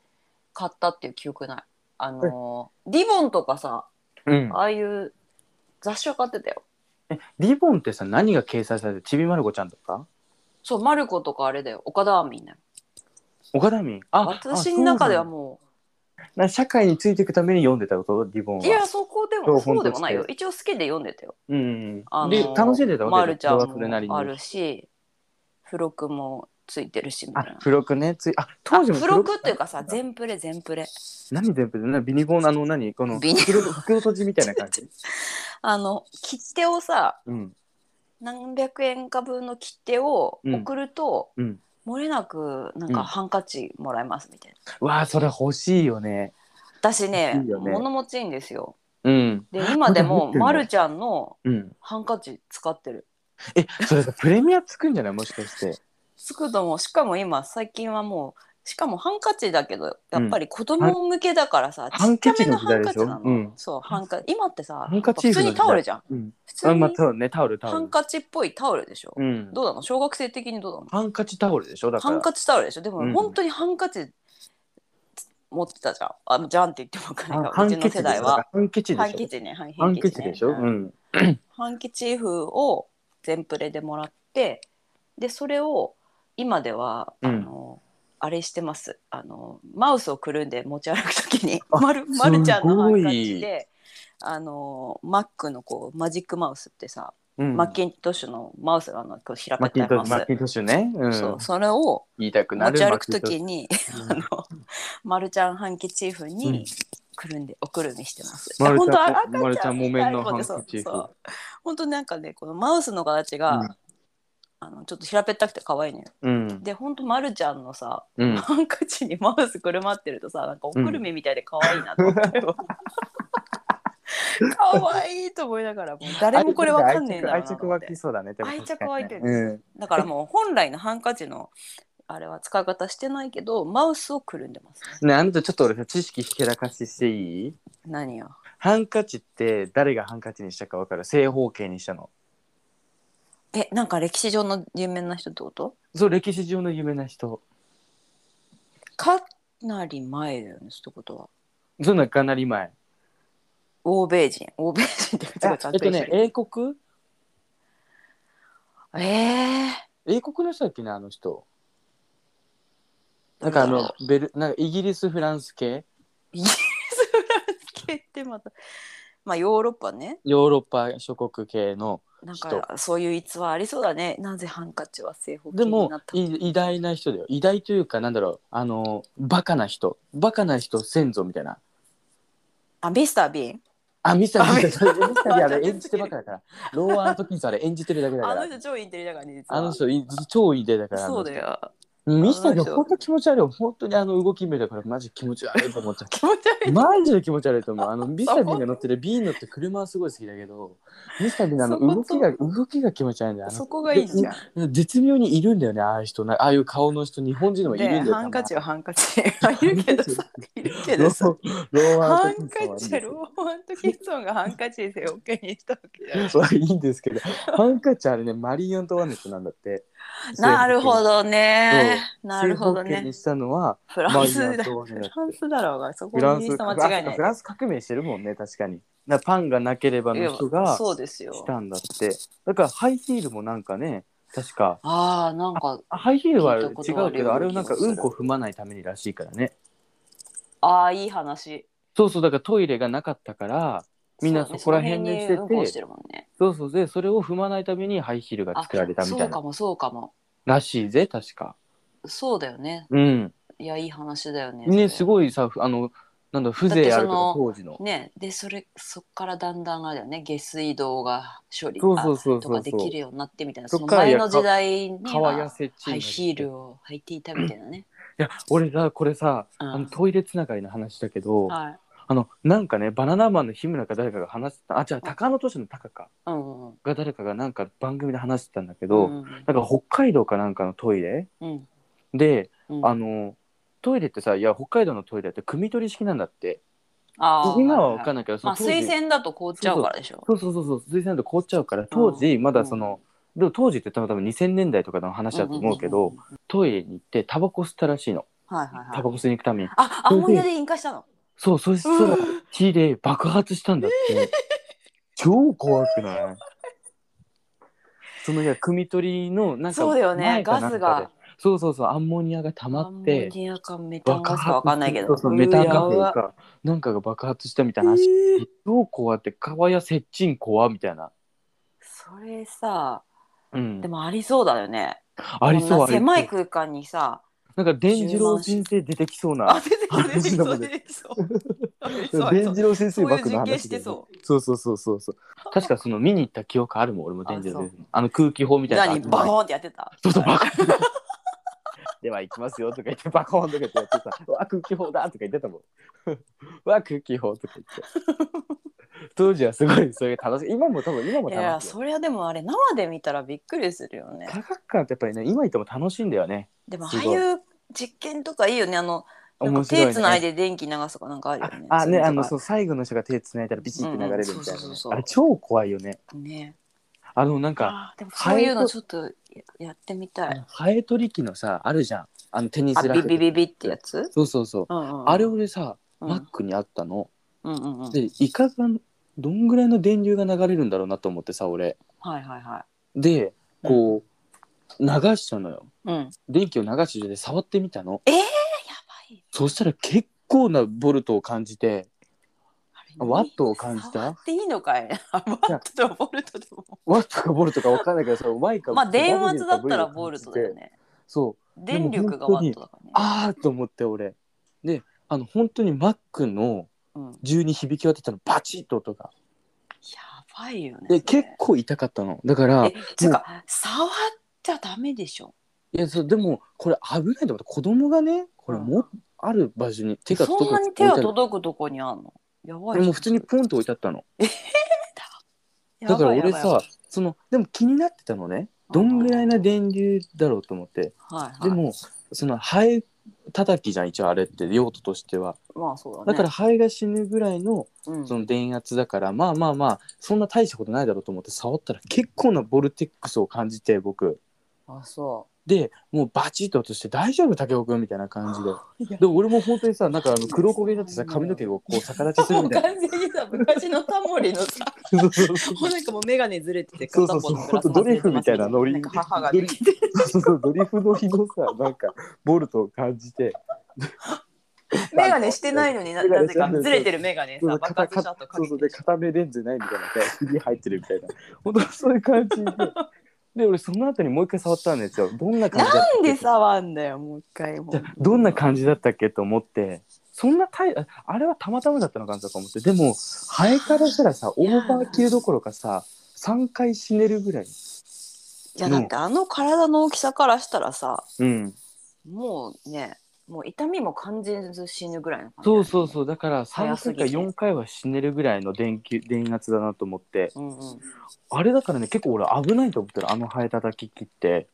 B: 買ったっていう記憶ないあのリボンとかさ
A: うん
B: ああいう雑誌を買ってたよ
A: リボンってさ何が掲載されてるちびまる子ちゃんとか
B: そうマルコとかあれだよ岡田アーミンだよ
A: 岡田民あ
B: 私の中では
A: あそう
B: もう
A: なんだ社会についていくために読んでたことリボンはい
B: やそこで
A: そう
B: もそうでもないよ
A: 本
B: 一応好きで読んでたよ
A: うん
B: あの
A: で楽しんでた
B: マ
A: わけ
B: ル
A: で
B: ち
A: し
B: ゃ
A: ょ
B: ん
A: はそれなりに
B: もあるし付録もついてるしみた
A: あ
B: いな
A: 付録ねついあ
B: あ
A: 当時も
B: 付録っていうかさ
A: 付録
B: 全プレ全プレ
A: 何全部でなビニボンのあの何この
B: ビニ
A: 袋袋閉じみたいな感じ
B: あの切手をさ
A: うん
B: 何百円か分の切手を送ると、
A: うんうん
B: 漏れなくなん
A: う
B: か
A: ん
B: ハンカチもらえますみたいな、
A: わあそれ欲しいよね
B: 私ね
A: いいよね
B: 物持ちいいんですよ
A: うん
B: で今で
A: 持っ
B: も
A: てんの
B: まるちゃんの
A: うん
B: ハンカチ使ってる
A: えそ れさプレミアつくんじゃないもしかして
B: つくともしかも今最近はもうしかもハンカチだけどやっぱり子供向けだからさ、
A: ハン
B: ち
A: カ
B: っち
A: チ
B: ゃめの
A: の時
B: ハ
A: 代
B: ン
A: で
B: カ
A: し
B: チ
A: ょ
B: なの、
A: うん
B: そうハンカ今ってさ
A: ハンカチーフ
B: 普
A: の
B: 通
A: 時代
B: にタオルじゃん
A: うん
B: 普
A: あ
B: 通に
A: まあタオルねタオルタオル
B: ハンカチっぽいタオルでしょ、
A: うん
B: どうなの小学生的にどうなの
A: ハンカチタオルでしょだか
B: ハ
A: ら
B: ンカチタオルでしょでも
A: うん
B: 本当にハンカチ持ってたじゃんあじゃんって言ってもわかんないか
A: ハ
B: らう
A: ン
B: ち
A: ケ
B: の
A: チ
B: 世
A: でし
B: 代
A: ょ
B: は
A: ハンケチで
B: ハン
A: しょ
B: ケチねはい
A: ハ
B: ハ
A: ンケチでしょ、
B: ね
A: うん、
B: ハンケチーフを全プレでもらってでそれを今では、
A: うん
B: あのあれしてますあのマウスをくるんで持ち歩くときに
A: あ
B: まるまるちゃんのハンカ
A: すご
B: チ
A: い
B: であのマックのこうマジックマウスってさ、
A: うん
B: マッキントッシュのマウスがあのこう開
A: マッキ
B: け
A: ン
B: た
A: ト
B: マウ
A: ッシュマッ
B: ス
A: キントッシュね、うん、
B: そうそれを
A: 言いたくな
B: 持
A: る
B: ち歩くと
A: マッキン
B: きに
A: トッシ
B: あ
A: ュうん
B: のまるちゃんハンケチーフ
A: うん
B: にくるんで、送るにしてます。
A: まるちゃん
B: 本当赤ちゃん
A: まるちゃん木綿のハンケチーフ
B: そうそう本当なんかねこのマウスの形が、
A: うん
B: あのちょっと平べったくて可愛いのよ。
A: うん
B: で本当まるちゃんのさ、
A: うん
B: ハンカチにマウスくるまってるとさなんかおくるみみたいで可愛いなと思って。可愛いと思いながらもう 誰もこれわかんねえな
A: 愛着愛着湧きそうだねでも
B: 愛着湧いてる
A: うん
B: だからもう本来のハンカチのあれは使い方してないけどマウスをくるんでます、ね、
A: ねあんたちょっと俺さ知識ひけらかししていい
B: 何よ
A: ハンカチって誰がハンカチにしたかわかる正方形にしたの
B: えなんか歴史上の有名な人ってこと
A: そう歴史上の有名な人
B: かなり前だよねってことは
A: そんなんかなり前
B: 欧米人欧米人ってこと
A: あ
B: がちゃん
A: え
B: と
A: っとね英国
B: ええ
A: 英国の人だっけねあの人なんかあのベルなんかイギリスフランス系
B: イギリスフランス系ってまたまあヨーロッパね
A: ヨーロッパ諸国系の
B: なんかそういう逸話ありそうだねなぜハンカチは正方形
A: で
B: に
A: も
B: なったの
A: い偉大な人だよ偉大というかなんだろうあのバカな人バカな人先祖みたいな
B: あミスター・ビーン
A: あミスター
B: あ
A: ミスターミスタ ーあ
B: ミスター
A: れ演じてバカだからローアン・トキンスあれ演じてるだけだか
B: あの
A: ら
B: 人超インテリだからね実は
A: あの人い超いいでだから
B: そうだよ
A: あの人ミスターが
B: あの人
A: 本当気持ち悪い本当にあの動き目だからマジ気持ち悪いと思っちゃう
B: 気持ち 悪い
A: マジで気持ち悪いと思う。あの、ミスタービンが乗ってるビーン乗って車はすごい好きだけど、ミスタービンのあの
B: そこ
A: 動きが、動きが気持ち悪いんだ よ。
B: そこがいいじゃん
A: あの絶妙にいるんだよね、ああいう人な。ああいう顔の人、日本人でもいるんだ
B: で
A: よ。
B: ハンカチはハンカチいるけどさいるけ
A: ロ
B: どさ
A: ーローア
B: ハ
A: ウト
B: ン
A: キ
B: カ
A: ン
B: チ
A: スはいいんですよ
B: ローマントキンソンがハンカチで背負けにしたわけじゃん
A: まあいいんですけど、ハンカチあれね、マリー・アントワネットなんだって。
B: なるほどね。な
A: 正
B: るほ
A: 方
B: ど
A: 形
B: ね
A: に。したのは
B: フ
A: マ
B: ラン
A: イナ
B: ス
A: ー
B: だ。
A: と
B: フランスだろうが、そこ
A: フラン
B: イ
A: ス
B: ギリスは
A: フ
B: 間違
A: ラ
B: いな
A: ン
B: い
A: ス。革命してるもんね確かになパンがなければの人が
B: そうですよ
A: 来。たんだってだからハイヒールもなんかね確か
B: ああ、なんか、
A: あハイヒールは違
B: 聞いたことあ
A: う
B: る
A: けど
B: ような
A: あれをなんか
B: 気がす
A: う
B: る
A: んこ踏まないためにらしいからね
B: ああ、いい話。
A: そうそうだからトイレがなかったからみんなそこら辺にしてて
B: そうねその辺にうんこしてるもんね。
A: そうそうでそれを踏まないためにハイヒールが
B: あ
A: 作られたみた
B: そ
A: いう
B: か
A: な
B: も、そうかも。
A: らしいぜ確か
B: そうだよね。
A: うん
B: いや、いい話だよね。
A: ねす
B: い。
A: ごいさあのなんだ風情あるとか
B: だってその
A: 当時の
B: ね、で、それ、そっからだんだんあれだよね、下水道が処理
A: そうそうそう
B: あと
A: そ
B: か
A: う
B: で
A: そ
B: き
A: う
B: るようになってみたいな、
A: そ
B: そ
A: っ
B: の
A: から
B: 前の時代に
A: 川や
B: は
A: せチ
B: ハイヒールを履いていたみたいなね。
A: いや俺さこれさ、
B: うん
A: あのトイレつながりの話だけど、
B: はい。
A: あのなんかねバナナマンの日村か誰かが話してたあじゃあ高野都市の高か
B: うんうん
A: が誰かがなんか番組で話してたんだけ
B: う
A: ど、
B: ん。
A: なんか北海道かなんかのトイレ
B: うん
A: で、
B: うん
A: あのトイレってさいや北海道のトイレって汲み取り式なんだって
B: あー
A: 今は分
B: はいはい
A: かんないけど、そ
B: ま
A: の
B: あ、
A: 当時
B: 推薦だと凍っちゃうからでしょ。
A: そうそうそうそう推薦だと凍っちゃうから当時まだその、でも当時って多分2000年代とかの話だと思うけど、
B: んんん
A: トイレに行ってタバコ吸ったらしいの
B: うんはいはい
A: タ
B: はい。
A: バコ吸いに行くために
B: あ、アンモニアで引火したの。
A: そう、そしたら火で爆発したんだ って。超怖くないそのいや汲み取りのなんか
B: そうだよね
A: 前かなんかで
B: ガスが
A: そうそうそうアンモニアが溜まって
B: アンモニアかメタンガスかわかんないけど。
A: そうそうメタンガス
B: うわ
A: かなんかが爆発したみたいな話、超怖って川や接近怖みたいな、
B: それさ、
A: うん
B: で、もありそうだよね。
A: ありそう
B: こ
A: あ
B: ん
A: りそ
B: な
A: う
B: 狭い空間にさ、
A: なんか伝次郎先生出てきそう
B: あ
A: な
B: 出てきた出てき
A: あ
B: た
A: り
B: 出てきそう。ありそうありそ
A: 伝
B: う
A: 次郎先生
B: そういう
A: 爆の
B: 実験
A: 話
B: し
A: だ
B: て
A: よね
B: そう。
A: そうそうそうそうそう。確かその見に行った記憶あるもん、俺も伝授で。あの空気砲みたいな
B: 何
A: の
B: バコーンってやってた。
A: そうそう、バコン。 では行きますよとか言って、バコンとか言ってやってさ、うわ、空気砲だとか言ってたもん。 うわ、空気砲とか言って。当時はすごい、それが楽しい。今も多分、今も
B: いや
A: 楽しいよ。
B: そりゃでもあれ生で見たらびっくりするよね。
A: 科学館ってやっぱりね、今行っても楽しいんだよね。
B: でもあ
A: す
B: あ
A: ごい
B: いう実験とかいいよねあのなん
A: 面
B: か
A: 白い、
B: 手
A: ね。
B: つないで電気流すとかなんかあるよね。
A: あ、
B: そうい
A: ね、
B: うの
A: あ
B: とか
A: の、そう、最後の人が手つないだらビチって流れるみたい
B: うんうんそうそう
A: な
B: そう
A: ね
B: そ。う
A: あれ、超怖いよね。
B: ね。
A: あの、なんか、
B: あーでもそういうのちょっとややってみた
A: あ
B: い
A: の。ハエ取り機のさ、あるじゃん。あの、テニ
B: あ
A: スラケ
B: ビ
A: ット
B: ビビビってやつ？
A: そうそうそう。
B: うんうんうん
A: あれ俺さ、
B: うん
A: マックにあったの。
B: うんうんうん。
A: で、イカがどんぐらいの電流が流れるんだろうなと思ってさ、俺。
B: はいはいは
A: で、こう、流したのよ。
B: い。うん。やば
A: 電気を流してで触ってみたの。
B: い。
A: そしたら結構なボルトを感じて、
B: あれ
A: ワットを感じた
B: 触っていいのかいワットとボルトでも。
A: ワットかボルトか分かんないけどさ、Y か
B: まあ電圧だったらボルトだよ。
A: W か V を感じて
B: ね。
A: そう。
B: 電力がワットだからね。
A: あーと思って俺。で、あの、本当にマックの
B: うん、や
A: 銃に響き渡ったの、バチッと音が。
B: ばいよ
A: で、
B: ね。それ
A: 結構痛かったの。だから、
B: え、つうか、触っちゃダメでしょ。
A: いやそうでもこれ危ないと思って子供がねこれも、ある場所に手が
B: そ
A: 届
B: ん
A: く
B: なに手が
A: 置いて
B: 届くとこにあんのや
A: あ
B: ばい
A: る
B: じゃん
A: もう普通にポンと置いてあったの
B: や
A: だ
B: ばい
A: から俺
B: やば
A: さそのでも気になってたのねどんぐらいな電流だろうと思って
B: いはいはい
A: でもそのハエ叩きじゃん一応あれって用途としては
B: まあそうだ
A: だ
B: ね
A: からハエが死ぬぐらいの
B: うん
A: その電圧だから、まあまあまあそんな大したことないだろうと思って触ったら結構なボルテックスを感じて僕
B: あそ
A: でもうバチッと落として「大丈夫武雄君」みたいな感じで
B: う いや
A: でも俺も本当にさなんかあの黒焦げになってさ髪の毛をこう逆立ちする
B: も
A: み
B: う
A: た いな
B: 完全にさ昔のタモリの さ
A: そうそうそ
B: もうなんかもう眼鏡ずれてて
A: そ
B: 片
A: うそう
B: 方
A: そう
B: のグラス忘れてます
A: ドリフみたいなノリ
B: んか母ができて
A: うそうそうドリフの日のさなんかボルトを感じて
B: 眼鏡してないのにななぜかずれてる眼鏡
A: そ
B: さ
A: う
B: 爆発
A: 片
B: した後か
A: そう
B: け
A: そう
B: て
A: で片目レンズないみたいなさひび入ってるみたいな本当そういう感じでで俺その後にもう一回触ったんですよどんな感じだっ
B: な
A: た
B: んで
A: っけ
B: 触んだよもう一回も
A: じ
B: う
A: ゃあどんな感じだったっけと思ってそんな大ああれはたまたまだったのかなとか思ってでもハエからしたらさオーバー級どころかさ3回死ねるぐらい
B: いやだってあの体の大きさからしたらさ
A: うん
B: もうねもう痛みも感じず死ぬぐらいの感じ
A: そうそうそうだから3
B: 早す
A: 回
B: ぎ
A: か
B: て
A: 4回は死ねるぐらいの電球電圧だなと思って
B: うんうん、
A: あれだからね結構俺危ないと思ってるあのハエ叩き切って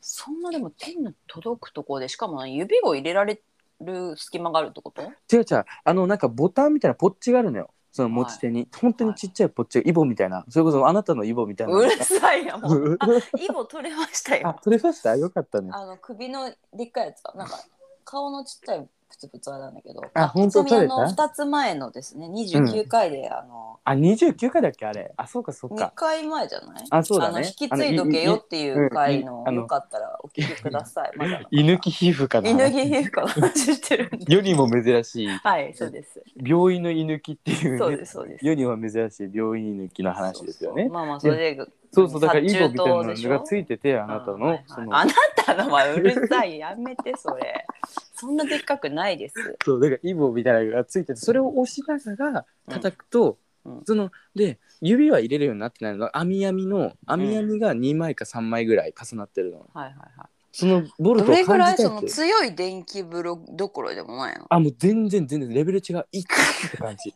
B: そんなでも手の届くところでしかも指を入れられる隙間があるってこと
A: 違う違うあのなんかボタンみたいなポッチがあるのよその持ち手に、本当にちっちゃいポッチャイボみたいなそれこそあなたのイボみたいなの
B: う
A: が
B: るさいやもうイボ取れまし た
A: あ
B: よ
A: 取れましたよかったね
B: あの首のでっかいやつはなんか顔のちっちゃいプツプツあれなんだけど
A: あ本当
B: ちなみに
A: 取れ
B: あの2つ前のですね29回で、あの
A: あ29回だっけあれあそうかそう
B: 2
A: か
B: 回前じゃない
A: あそうだね
B: の引き継いどけよっていう回の
A: あのいいいうんいいあの
B: よかったらお聞きくださいまだ
A: 犬木皮膚かな
B: 犬木皮膚科の話してるんで
A: 世にも珍しい
B: はいそうです
A: 病院の犬木っていう,、ね、
B: そうですそうです
A: 世には珍しい病院犬木の話ですよね
B: そうそうまあまあそれで
A: そうそうだからイボみたいな
B: 殺虫
A: の
B: 灯
A: が
B: でしょ
A: ついててあなた
B: うんは
A: の
B: いはい
A: その
B: あなたのはうるさいやめてそれそんなでっかくないです
A: そうだからイボみたいなのがついててそれを押しながら叩くと、
B: うんうん
A: そので指は入れるようになってないのが網網の網網が2枚か3枚ぐらい重なってるの、
B: はいはいは
A: そのボ
B: い
A: ル
B: ど
A: トを
B: れぐら
A: 感
B: い
A: じ
B: そ
A: たいっ
B: の
A: て
B: 強い電気風呂どころでもないの
A: あもう全然全然レベル違ういくって感 じ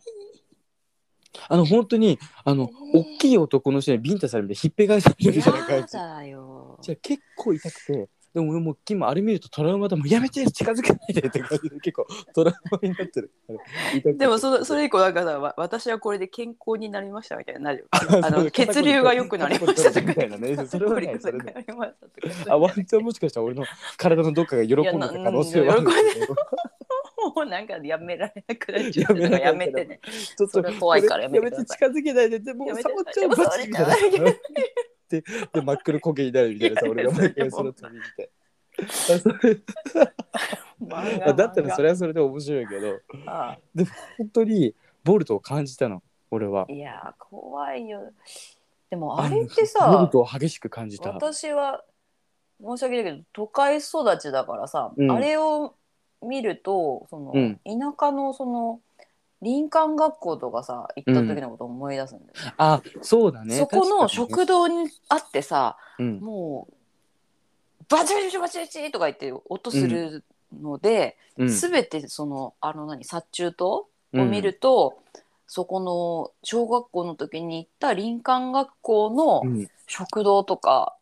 A: あの本当にあの、
B: えー
A: 大きい男の人にビンタされるみたいなひっぺ返されるみたいな
B: や
A: 感じ
B: だよ
A: じゃあ結構痛くてでも俺もう今あれ見るとトラウマだもうやめて近づけないでって感じで結構トラウマになってるあれ痛くて
C: でもそのそれ以降なんかさわ私はこれで健康になりましたみたいになる
A: そう
C: あの血流が良くなりましたとか
A: みたいなね それはないそれはないあワ
C: も
A: ンチャンもしかしたら俺の体のどっかが喜んでた可能性はあるんだけど
B: もうなんかやめられなくなっちゃうからや
A: やめ
B: め
A: ら
B: て
A: れ
B: ね
A: ちょっと
B: それ怖いからやめて
A: や
B: く
A: め
B: だ
A: て
B: さい
A: 近づけないででもう
B: やめて
A: 触っちゃうバチみたいな
B: やめ
A: でで真っ黒焦げになるみたいなさ俺が毎回その旅にて。
B: 漫
A: あ
B: 画
A: だったらそ
B: れ
A: れはそれで面白いけど本当にボルトを感じたの俺はい
B: や怖いよでもあ
A: あ
B: れって
A: ボル
B: さ
A: トを激しく感じた
B: 私は申し訳ないけど都会育ちだからさ、
A: うん
B: あれを見るとその、
A: うん
B: 田舎のその林間学校とかさ行った時のことを思い出すんだよ、
A: あそうだね
B: そこの
A: 確か
B: 食堂にあってさ、
A: にね
B: もうバチバチバチバチとか言って音するので、
A: うんうん
B: 全てそのあの何殺虫灯を見ると、そこの小学校の時に行った林間学校の
A: うんうん
B: 食堂とか、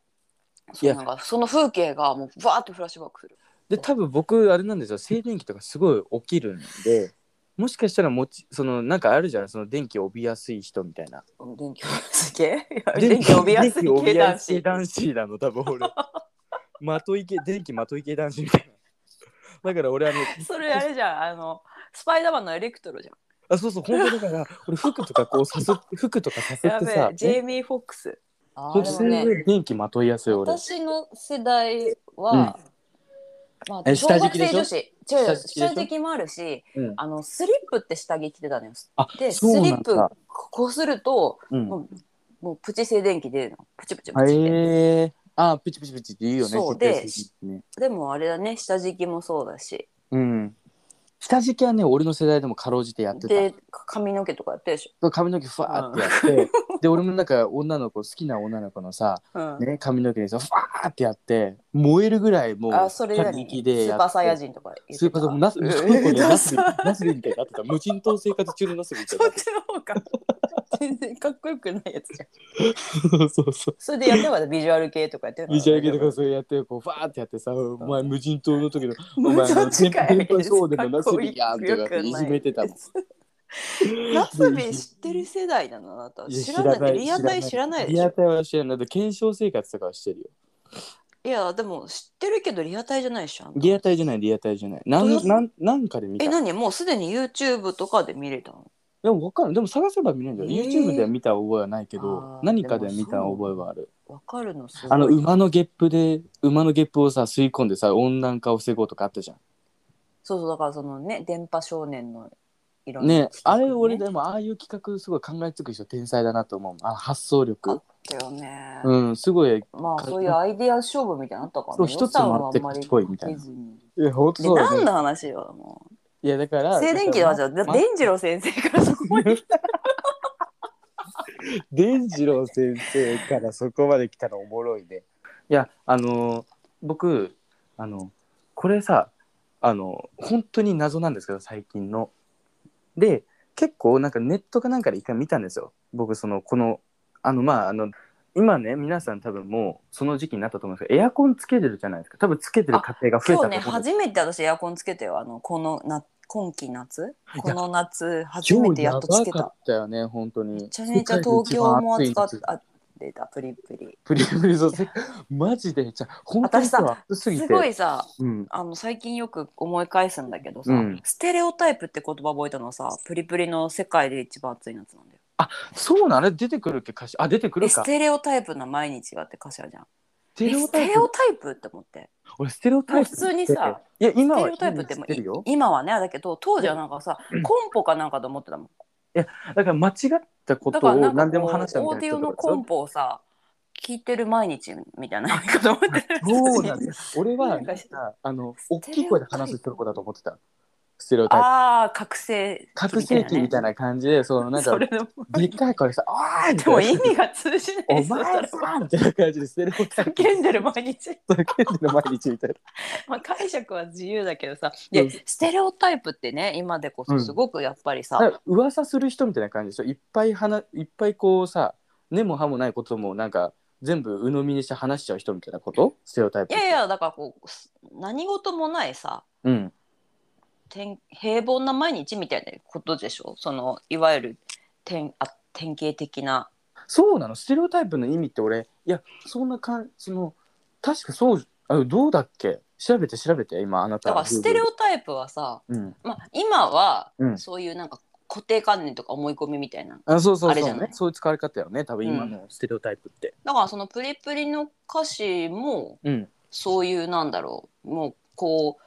A: いや
B: そうなんかその風景がもうバーッとフラッシュバックする。
A: で多分僕あれなんですよ静電気とかすごい起きるんでもしかしたらもちそのなんかあるじゃないその電気を帯びやすい人みたいな
B: 電気を帯びやすい系 電気を帯びやすい
A: 電気帯
B: 系
A: びや
B: 男
A: すい
B: 子。
A: 男子なの多分俺まとい系電気まとい系男子みたいなだから俺あの
B: それあれじゃんあのスパイダーマンのエレクトロじゃん。
A: あそうそう本当だから俺服とかこうさす 服とかさすっ
C: や
A: て
C: べえ
A: さ
C: ジェイミー・フォックス
B: あ
A: そう
B: ー
A: す
B: でもね
A: ごい電気まといやすい俺
B: 私の世代は、まあ、
A: え
B: 小学
A: 下敷きで
B: 生
A: しょ
B: 女子違うよ
A: 下敷きでしょ
B: 下敷きもあるし
A: うん
B: あのスリップって下着着てたのよ
A: あ
B: でス
A: そうなんだ
B: リップこすると
A: うん
B: もうもうプチ静電気出るのプチプチプチって、
A: へえあプチプチプチって言うよね
B: そう
A: 固定するね
B: でもあれだね下敷きもそうだし
A: うん下敷きはね俺の世代でもかろうじてやってた
B: で髪の毛とかやってるでし
A: 髪の毛ふわーってやって、で俺もなんか女の子好きな女の子のさ、
B: ょ、うん
A: ね、髪の毛にさふわーってやって燃えるぐらいもう
B: あそれ
A: 下
B: 何
A: 敷
B: ス
A: きでや
B: ー
A: っ
B: パー
A: て
B: サイヤ人とか言ってた
A: スーパーサイヤ人ナス
B: うん
A: この子に ナスビ
B: ダサ
A: ナスビみたいになってた無人島生活中のナスビみたいに
B: そ
A: なっ
B: っちの方が全然かっこよくないやつじゃ
A: て
B: ん
A: たそうそう
B: それでやってまだビジュアル系とかやってるの
A: ビジュアル系とかそうやってこうファーってやってさ「お前無人島の時のお
B: 無
A: 前
B: 駄
A: の
B: 遣
A: 天
B: い
A: 天そうでもナスビやん」とかっていじめてたもん
B: ナスビ知ってる世代なのあなた。
A: いや
B: 知らない。リアタイ知らないでし
A: リア
B: ょ。
A: タイは知らないで検証生活とかはしてるよ
B: いや、でも知ってるけどリアタイじゃないでしょ。
A: リアタイじゃないリアタイじゃないな
B: どうやっ
A: んなんなんかで見た
B: え、何もうすでに YouTube とかで見れたの
A: でも分かるでも探せば見れるんだよ、
B: えー
A: YouTube では見た覚えはないけ
B: あ
A: ど
B: ー
A: 何かでは見た覚えはある
B: わかるのすごい。
A: あの馬のゲップで馬のゲップをさ吸い込んでさ温暖化を防ごうとかあったじゃん
B: そうそう、だからそのね、電波少年のいろんな
A: ね
B: 企画
A: あれ俺でもああいう企画すごい考えつく人天才だなと思うあの発想力
B: だよね。
A: うんすごい
B: まあそういうアイディア勝負みたいなのあったから、
A: そう
B: ね、
A: 一つもあって
B: 予算はあんまり
A: 賢いみたいな
B: 出ずに
A: いや本当
B: で、
A: そうだ
B: 何
A: ね
B: の話よ、も
A: いやだか
B: う。
A: ら
B: 静電気の話
A: だ
B: は、
A: から
B: で
A: ま
B: 伝次郎先生か らそこまで来た。
A: 伝次郎先生からそこまで来たらおもろいね。いやあのー僕あのこれさあの本当に謎なんですけど最近の。で結構なんかネットかなんかで一回見たんですよ。僕そのこのあのまああの今ね皆さん多分もうその時期になったと思うんですけどエアコンつけてるじゃないですか多分つけてる家庭が増えたと思う
B: 今日ね、
A: んです
B: 初めて私エアコンつけてよ、あの、このな今季夏この夏初めてやっとつけ
A: 今日やばか
B: た
A: ったよね本当に
B: めちゃめちゃ東京も暑
A: 世界で一番
B: かっ
A: 暑い夏
B: たあ出たプリプリ
A: プリプリそうせマジでじゃあ本当に
B: 私さ
A: 今日は暑すぎて
B: すごいさ
A: うん、
B: あの最近よく思い返すんだけどさ、
A: うん
B: ステレオタイプって言葉覚えたのはさプリプリの世界で一番暑い夏なんだよ
A: そうなのあれ出てくるっけ歌詞あ出てくる
B: え
A: かス
B: ステレオタイプな毎日がって歌詞あるじゃん
A: テ
B: え
A: レオ
B: ス
A: タ
B: テ
A: イ
B: レオ
A: プ
B: タイプって思って
A: 俺ステレオタイプ
B: 普通にさ
A: いや今
B: ステ
A: は
B: レオタイプっても
A: 知ってるよ
B: 今はねだけど当時はなんかさ、コンポかなんかと思ってたもん
A: だから間違ったこ
B: だ
A: と
B: からな
A: を
B: んか
A: 何
B: こ
A: でも
B: う
A: 話したみ
B: オ
A: たいな
B: ーディオのコ
A: こ
B: ンポをさ聞いてる毎日みたいなのかと思ってた
A: そうなんです俺はなんかあの大きい声で話す人の子だと思ってたステレオタイプ
B: ああ覚醒
A: 覚醒器みたいな感じでそのなんか
B: それでも
A: でっかい声でさ「ああ!」み
B: でも
A: たい
B: 意
A: な
B: 味が通じない
A: お
B: そした
A: 前
B: ら
A: さ!」みたいな感じでステレオタイプ
B: 叫んでる毎日、
A: 叫んでる毎日みたいな。
B: まあ、解釈は自由だけどさ
A: う
B: で
A: ん
B: ステレオタイプってね今でこそすごくやっぱりさ、
A: だから噂する人みたいな感じでしょいっぱい話いっぱいこうさ根も葉もないこともなんか全部鵜呑みにして話しちゃう人みたいなことステレオタイプ
B: いやいやだからこうす何事もないさ
A: うん
B: 天平凡な毎日みたいなことでしょそのいわゆる典あ典型的な
A: そうなのステレオタイプの意味って俺いやそんなかんその確かそうあどうだっけ調べて調べて今あなた
B: だからステレオタイプはさ、
A: うん
B: まあ、今は
A: うん
B: そういうなんか固定観念とか思い込みみたいな
A: あそうそう
B: あれじ
A: そ
B: ゃ
A: う
B: ない
A: ねそういう使われ方よね多分今のステレオタイプって
B: だからそのプリプリの歌詞も
A: うん
B: そういうなんだろうもうこう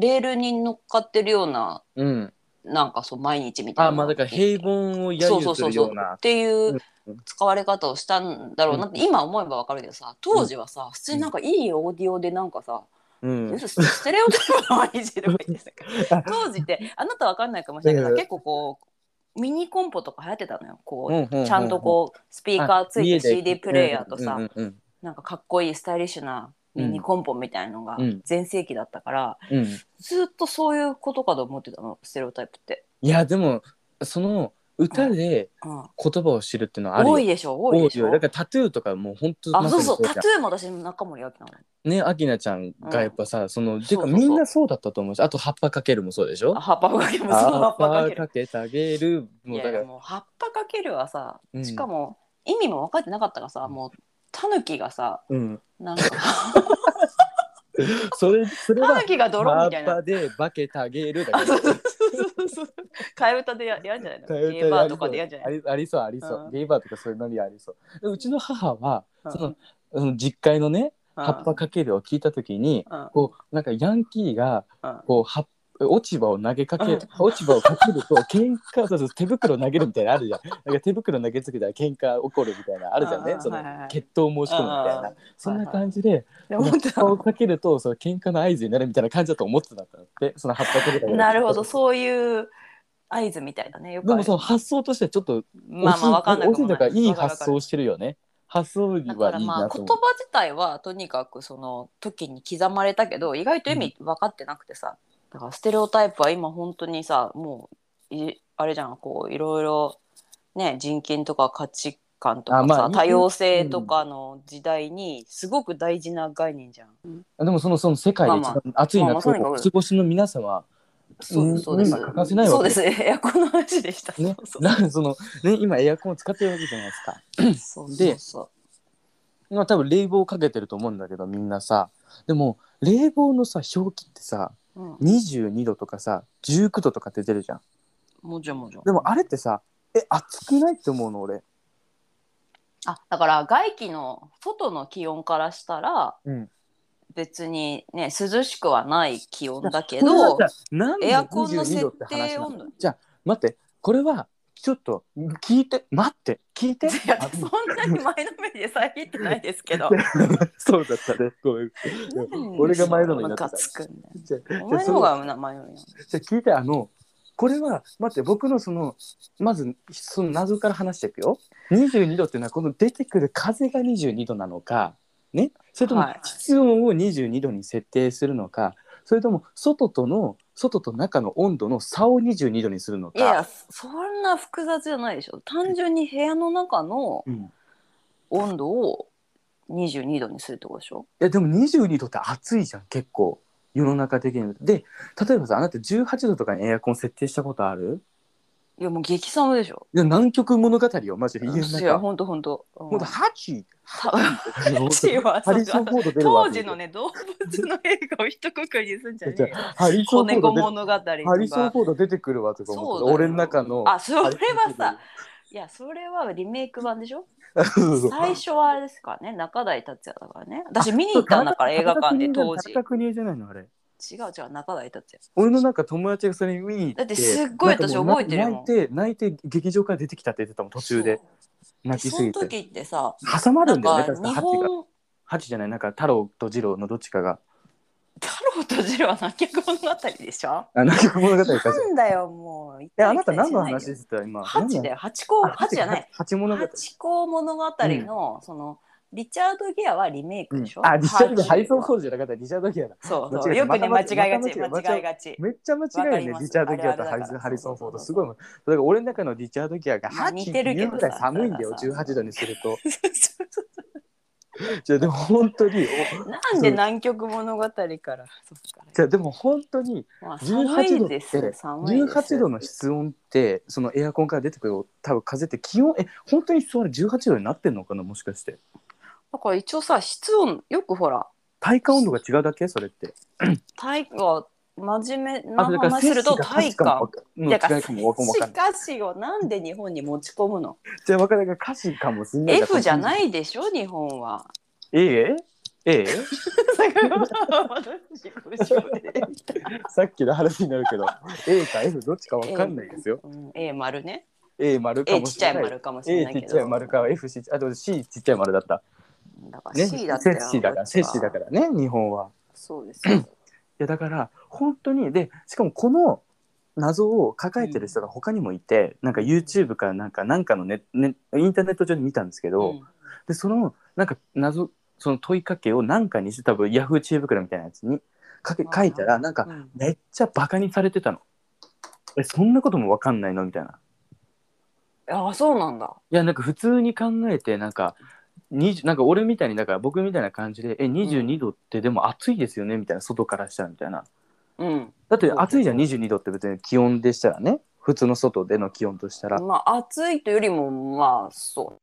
B: レールに乗っかってるような
A: うん、
B: なんかそう毎日みたいな
A: あまあだから平凡を揶揄するよう
B: っ
A: な
B: ていううん使われ方をしたんだろうなって今思えばわかるけどさ当時はさ普通になんかいいオーディオでなんかさ
A: うん
B: 要するにステレオタイプの毎日とか言って たから当時ってあなたわかんないかもしれないけど
A: うん
B: 結構こうミニコンポとか流行ってたのよこ
A: うんうんうんう
B: うちゃんとこうスピーカーついて CD プレイヤーとさ
A: うんうん
B: なんかかっこいいスタイリッシュなミニコンポみたいのが
A: うん
B: 全盛期だったから
A: うんうん
B: ずっとそういうことかと思ってたのステレオタイプって。
A: いやでもその歌で
B: うん
A: 言葉を知るっていうのはあるよ
B: 多いでしょ多いでしょ
A: だからタトゥーとかもう本当
B: あそうそう
A: まさ
B: タ
A: に
B: ト
A: じ
B: ゥーも私中森明菜なの
A: ゃんねアキナちゃんがやっぱさ、そのて
B: そうそうそう
A: かみんなそうだったと思うしあと葉っぱかけるもそうでしょ
B: あ葉っぱかけるもそう葉
A: 葉
B: っ
A: っ
B: ぱか
A: ぱ
B: ける
A: かけてあげる
B: い
A: もう
B: や
A: だ
B: い
A: か
B: や
A: ら
B: もう葉っぱかけるはさ、
A: うん
B: しかも意味も分かってなかったからさもうタヌキがさ
A: うん
B: な んか
A: それそれ
B: タ
A: は
B: ヌキが泥
A: 葉
B: み
A: った
B: いな
A: ぱで化けてあげるだ
B: あ
A: け
B: そうそうそうそうそう替え歌でややんじゃないの
A: 替え歌
B: ゲーバーとかでやんじゃ
A: あ
B: ない
A: りありそうありそう、
B: うん
A: ゲイバーとかそういうのにありそうでうちの母は、
B: うん
A: そのあの実家のね
B: の
A: 葉っぱかけるを聞いた時に、
B: うん
A: こうなんかヤンキーが
B: うん
A: こうは落ち葉を投げか
B: うん
A: け落ち葉をかけると喧嘩そうそう手袋投げるみたいなのあるじゃんなんか手袋投げつけたら喧嘩起こるみたいなあるじゃん
B: う
A: ね
B: ん
A: その
B: はいはいはい
A: 決闘申し込むみたい
B: うん
A: なそんな感じで
B: で
A: 葉
B: 思っ
A: って
B: た
A: ぱをかけると その喧嘩の合図になるみたいな感じだと思ってたんだってその葉っぱかけた
B: なるほどそういう合図みたいだねよく
A: で
B: あ
A: も
B: る
A: その発想としてはちょっと
B: まあまあ分かんない
A: 惜しいとかいい
B: わかるわ
A: 発
B: かる
A: 想してるよね発想はいい
B: だからまあ
A: なと
B: 言
A: 思う
B: 葉自体はとにかくその時に刻まれたけど意外と意味分かってなくてさ、だからステレオタイプは今本当にさもういあれじゃんこういろいろね人権とか価値観とかさ、
A: あまあ
B: 多様性とかの時代にすごく大事な概念じゃん。
A: でもそのその世界で一番暑い
B: まあまあ
A: 夏
B: まあまあ
A: を過ごしの皆様
B: そうそうです
A: うん今欠かせないわ
B: そう
A: け
B: です エアコンの話でした。
A: ね
B: そう、そう
A: なんかそのね今エアコンを使ってるわけじゃないですか。
B: そう
A: で
B: そう
A: まあ多分冷房かけてると思うんだけどみんなさでも冷房のさ表記ってさ
B: そう、うん、
A: 22度とかさ19度とかって出るじゃん。
B: もじゃもじゃ
A: でもあれってさえ暑くないって思うの俺。
B: あだから外気の外の気温からしたら、
A: うん
B: 別にね涼しくはない気温だけ
A: これ
B: ど
A: はさなんで
B: エアコンの
A: 22度
B: 設
A: って話
B: 定
A: なの
B: 温度
A: じゃあ待ってこれはちょっと聞いて待って聞いて。
B: いやそんなに前のめりで遮ってないですけど
A: そうだったねごめん。俺が前のめりにな
B: ム
A: って
B: カつくんだよ
A: じゃあ
B: お前の方がな前のめりなの
A: じゃあ聞いてあのこれは待って僕のそのまずその謎から話していくよ22度っていうのはこの出てくる風が22度なのかねそれとも
B: はい
A: 室温を22度に設定するのか、それとも外との外と中の温度の差を22度にするのか
B: いやそんな複雑じゃないでしょ単純に部屋の中の
A: うんい
B: 温度を22度にするってことでしょ
A: やでも22度って暑いじゃん結構世の中的にはで例えばさあなた18度とかにエアコン設定したことある
B: いやもう激寒でしょ。
A: いや南極物語よマジで家の
B: い
A: 中
B: や本当本当。うん
A: ほんとハチ
B: さ
A: ハ
B: チは
A: ハリソン・フォード出るわ
B: 当時のね動物の映画を一括りにすんじゃねえよ。
A: ハリソ
B: 子
A: ン・フォー
B: 猫
A: ド出て
B: 物語とか。
A: ハリソン・フォード出てくるわとか思って
B: そうだよ
A: 俺の中の
B: あそれはさ
A: ハ
B: いやそれはリメイク版でしょ
A: リソンフォードそうそうそう
B: 最初はあれですからね中台達也だからね私見に行ったんだから映画館で当時違
A: 田中邦衛じゃないのあれ
B: う違う中台達也
A: 俺のなんか友達がそれ見に行って
B: だってすっごい私覚えてるもん
A: なんかもう泣いて泣いて劇場から出てきたって言ってたもん途中で泣
B: そ
A: き
B: う
A: す
B: その
A: ぎて
B: 時ってさ
A: 挟ま
B: な
A: る
B: ん
A: んだよ
B: か
A: ね確かハ
B: 日
A: チが
B: 本
A: ハチじゃないなんか太郎と二郎のどっちかが
B: 太郎とジロは南極物語でしょ
A: あ南極物語かしら
B: なんだよもうい
A: えあなた何の話ですか今
B: ハチだよ八甲八じゃない
A: 八物語
B: 八甲物語のそのリチャード・ギアはリメイクでしょ
A: あリチャード
B: ハチ
A: ハリソン・フォードじゃなかったリチャードギアだ
B: そう
A: 間
B: そ
A: 違
B: う
A: えた
B: よくね間
A: ま
B: 違
A: た
B: いがち
A: また
B: 間違いがち
A: めっちゃ間違い
B: わかり
A: よ
B: ま
A: ね
B: す
A: リチャードギアと
B: あ
A: ハ
B: る
A: リ
B: あるだ
A: ソン
B: から
A: ハリソン・フォード
B: そう
A: す
B: そうそう
A: ごいもんだから俺の中のリチャードギアが
B: まあ
A: ハチ
B: 似
A: って
B: るけ
A: て
B: ど
A: ぐらい寒いんだよ
B: さ
A: 18度にするとじゃあでも本当にお
B: なんで南極物語から。そっか
A: じゃあでも本当に
B: まあ寒
A: 18度
B: い
A: っ
B: です。
A: て
B: 寒いです。
A: 18度の室温ってそのエアコンから出てくる多分風って気温え本当に室温18度になってんのかなもしかして
B: だから一応さ、室温、よくほら、
A: 体感温度が違うだけそれって
B: 体が真面目
A: あ
B: な
A: それから
B: 話すると
A: 摂氏が
B: 体感。
A: の
B: だから
A: 違いかもわかんない
B: しかしをなんで日本に持ち込むの
A: じゃあ分からない歌詞かもしんない
B: ?F じゃないいでしょ、日本は。
A: ええええ
B: だから私自己紹介
A: さっきの話になるけど A か F どっちか分かんないですよ
B: うん A 丸ね。
A: A 丸か
B: A
A: も
B: ちっ
A: し
B: ちゃ
A: れな
B: い
A: い
B: 丸かもしれ
A: A
B: ない
A: ち
B: け
A: っ
B: ど。
A: ちゃい丸か F ちっちゃいあと C ちっちゃい丸だった
B: だから
A: ね
B: C だって。
A: 摂氏だから摂氏だからね日本は
B: そうですよ。
A: いやだから本当にでしかもこの謎を抱えてる人が他にもいて、なんか YouTube かなんかなんかのねねインターネット上で見たんですけど、
B: うん
A: でそのなんか謎その問いかけを何かにして多分ヤフー知恵袋みたいなやつにかけ
B: あー
A: 書いたらなんか
B: うん
A: めっちゃバカにされてたの。えそんなこともわかんないのみたいな。
B: ああ、そうなんだ。
A: いやなんか普通に考えてなんか20なんか俺みたいにだから僕みたいな感じで「え22度ってでも暑いですよね」みたいな外からしたらみたいな。
B: うん。
A: だって
B: そう
A: 暑いじゃん22度って別に気温でしたらね普通の外での気温としたら
B: まあ暑いというよりもまあそ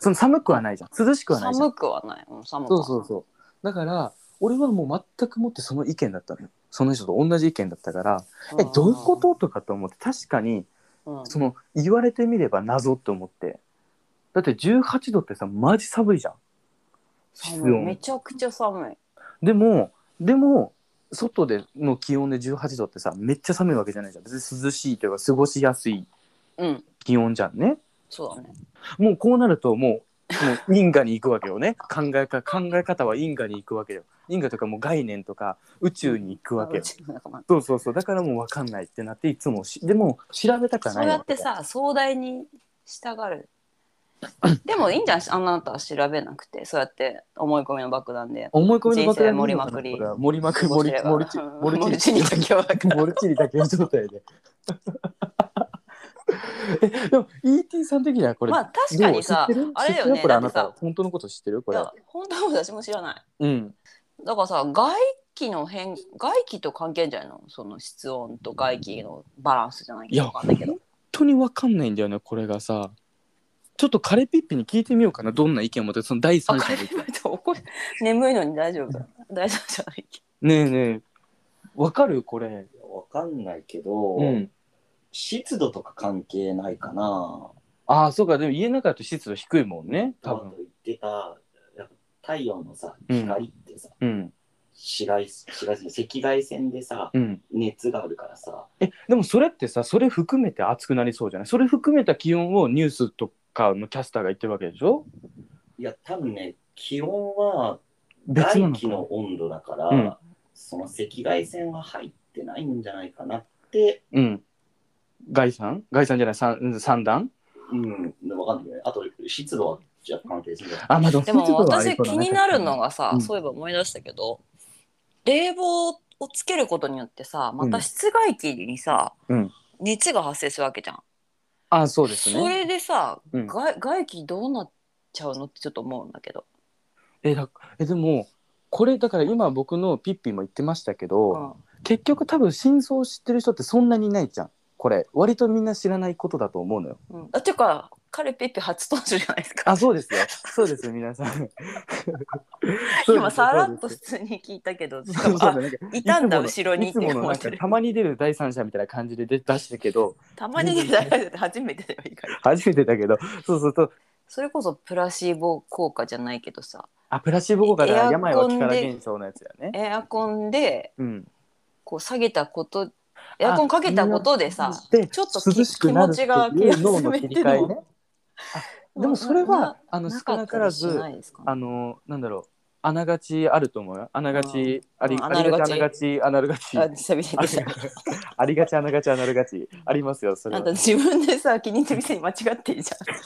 A: その寒くはないじゃん涼しく
B: う
A: はないじゃん
B: 寒くはない、うん、寒く
A: そう
B: はない
A: そうそうだから俺はもう全くもってその意見だったのよその人と同じ意見だったからえどういうこととかと思って確かに
B: うん、うん
A: その言われてみれば謎って思ってだって18度ってさマジ寒いじゃん室
B: 寒いめ
A: 温
B: ちゃくちゃ寒い
A: でもでも外での気温で18度ってさめっちゃ寒いわけじゃないじゃん別に涼しいというか過ごしやすい
B: うん
A: 気温じゃんね
B: そうだね
A: もうこうなるともうもう因果に行くわけよね 考えか考え方は因果に行くわけよ因果とかもう概念とか宇宙に行くわけよ
B: うちの仲間
A: そうそうそうだからもう分かんないってなっていつもしでも調べたくは
B: そ
A: ないうの
B: やってさ壮大に従うでもいいんじゃんあなたは調べなくてそうやって思い込みの爆弾で
A: 思い込みの爆弾
B: 人生盛りまくり
A: これは 盛りまくり
B: そう
A: 盛
B: す
A: り
B: れば
A: 盛りち
B: うん
A: 盛りち
B: 盛りちに時は
A: 盛りちりだけの状態で えでも ET さん的にはこれ、
B: まあ確かにさ
A: どう知ってる
B: あれだよ
A: 知って
B: ね
A: るこれあ
B: だって
A: な
B: さ
A: た本当のこと知ってるこ
B: い
A: れ
B: や本当は私も知らない
A: うん
B: だからさ外気の変外気と関係んじゃないのその室温と外気のバランスじゃない
A: い
B: けど
A: や
B: わかんないけど
A: 本当に分かんないんだよねこれがさちょっとカレピッピに聞いてみようかなどんな意見を持ってるその第
B: あ、
A: 三者
B: カ
A: の
B: レ
A: 意見
B: ーって怒る。眠いのに大丈夫。大丈夫じ ゃない。
A: ねえねえ分かるこれ
D: わかんないけど、
A: うん
D: 湿度とか関係ないかな。
A: ああそうかでも家の中だと湿度低いもんね多
D: 多分
A: 分
D: と言ってたやっぱ太陽のさ
A: うん
D: 光ってさ、
A: うん
D: 紫外紫外線赤外線でさ
A: うん
D: 熱があるからさ
A: えでもそれってさそれ含めて暑くなりそうじゃないそれ含めた気温をニュースとかのキャスターが言ってるわけでしょ
D: いや多分ね気温は
A: 別な
D: 外
A: の
D: 気の温度だから、
A: うん
D: その赤外線は入ってないんじゃないかなって
A: うん外産外産じゃない三うん三段
D: うんわかんないよねあと湿度は若干関係するんじゃない
A: あまあでも
B: でも
A: 湿度はあり
B: 私
A: そうだ
B: 気
A: ね
B: になるのがさ
A: う、ん
B: そういえば思い出したけど、冷房をつけることによってさ、ま
A: う
B: た
A: ん
B: 室外機にさ
A: うん、
B: 熱が発生するわけじゃん。
A: あそうです
B: そ
A: ね
B: れでさ、
A: うん
B: 外外気どうなっちゃうのってちょっと思うんだけど。
A: えだえでもこれだから今僕のピッピも言ってましたけど、
B: うん
A: 結局多分真相を知ってる人ってそんなにいないじゃんこれ割とみんな知らないことだと思うのよ
B: うん、あていうか彼ペッペ初登場じゃないですか
A: あそうですよそうですよ 皆さん
B: 今さらっ
A: そう
B: と
A: で
B: 普
A: す
B: 通に聞いた けどし
A: そ
B: か
A: う
B: も
A: そう
B: あ
A: なんか
B: いたんだ
A: いつもの
B: 後ろに
A: い
B: って
A: つもの
B: 思
A: な
B: っ
A: ん
B: て
A: か
B: る
A: たまに出る第三者みたいな感じで出出してるけど
B: たまに出たら初めてだよ意外
A: 初めてだけどそうそうそう
B: それこそプラシーボ効果じゃないけどさ
A: あプラシーボ効果
B: エ
A: だ
B: アコンで
A: 病は気から現象のやつだよね
B: エアコンで
A: うん
B: こう下げたことエアコンかけたことでさ
A: で
B: ちょっとき
A: 涼しくなるってい
B: 気持ちが気
A: う
B: 休
A: 脳の
B: め
A: 切
B: て
A: り
B: る
A: 替えね
B: の
A: あでもそれ
B: な
A: はあの
B: な
A: 少なからず
B: かったりしないですかね
A: あのなんだろうあながちあると思うよあながちあり
B: うん
A: あ
B: あ
A: りがちあ
B: な
A: な
B: が
A: がちあながち
B: あ久々に 出た
A: ありがちあながちあながちありますよそれ
B: あ
A: は
B: んた自分でさ気に入った店に間違っ てるじゃん
A: いや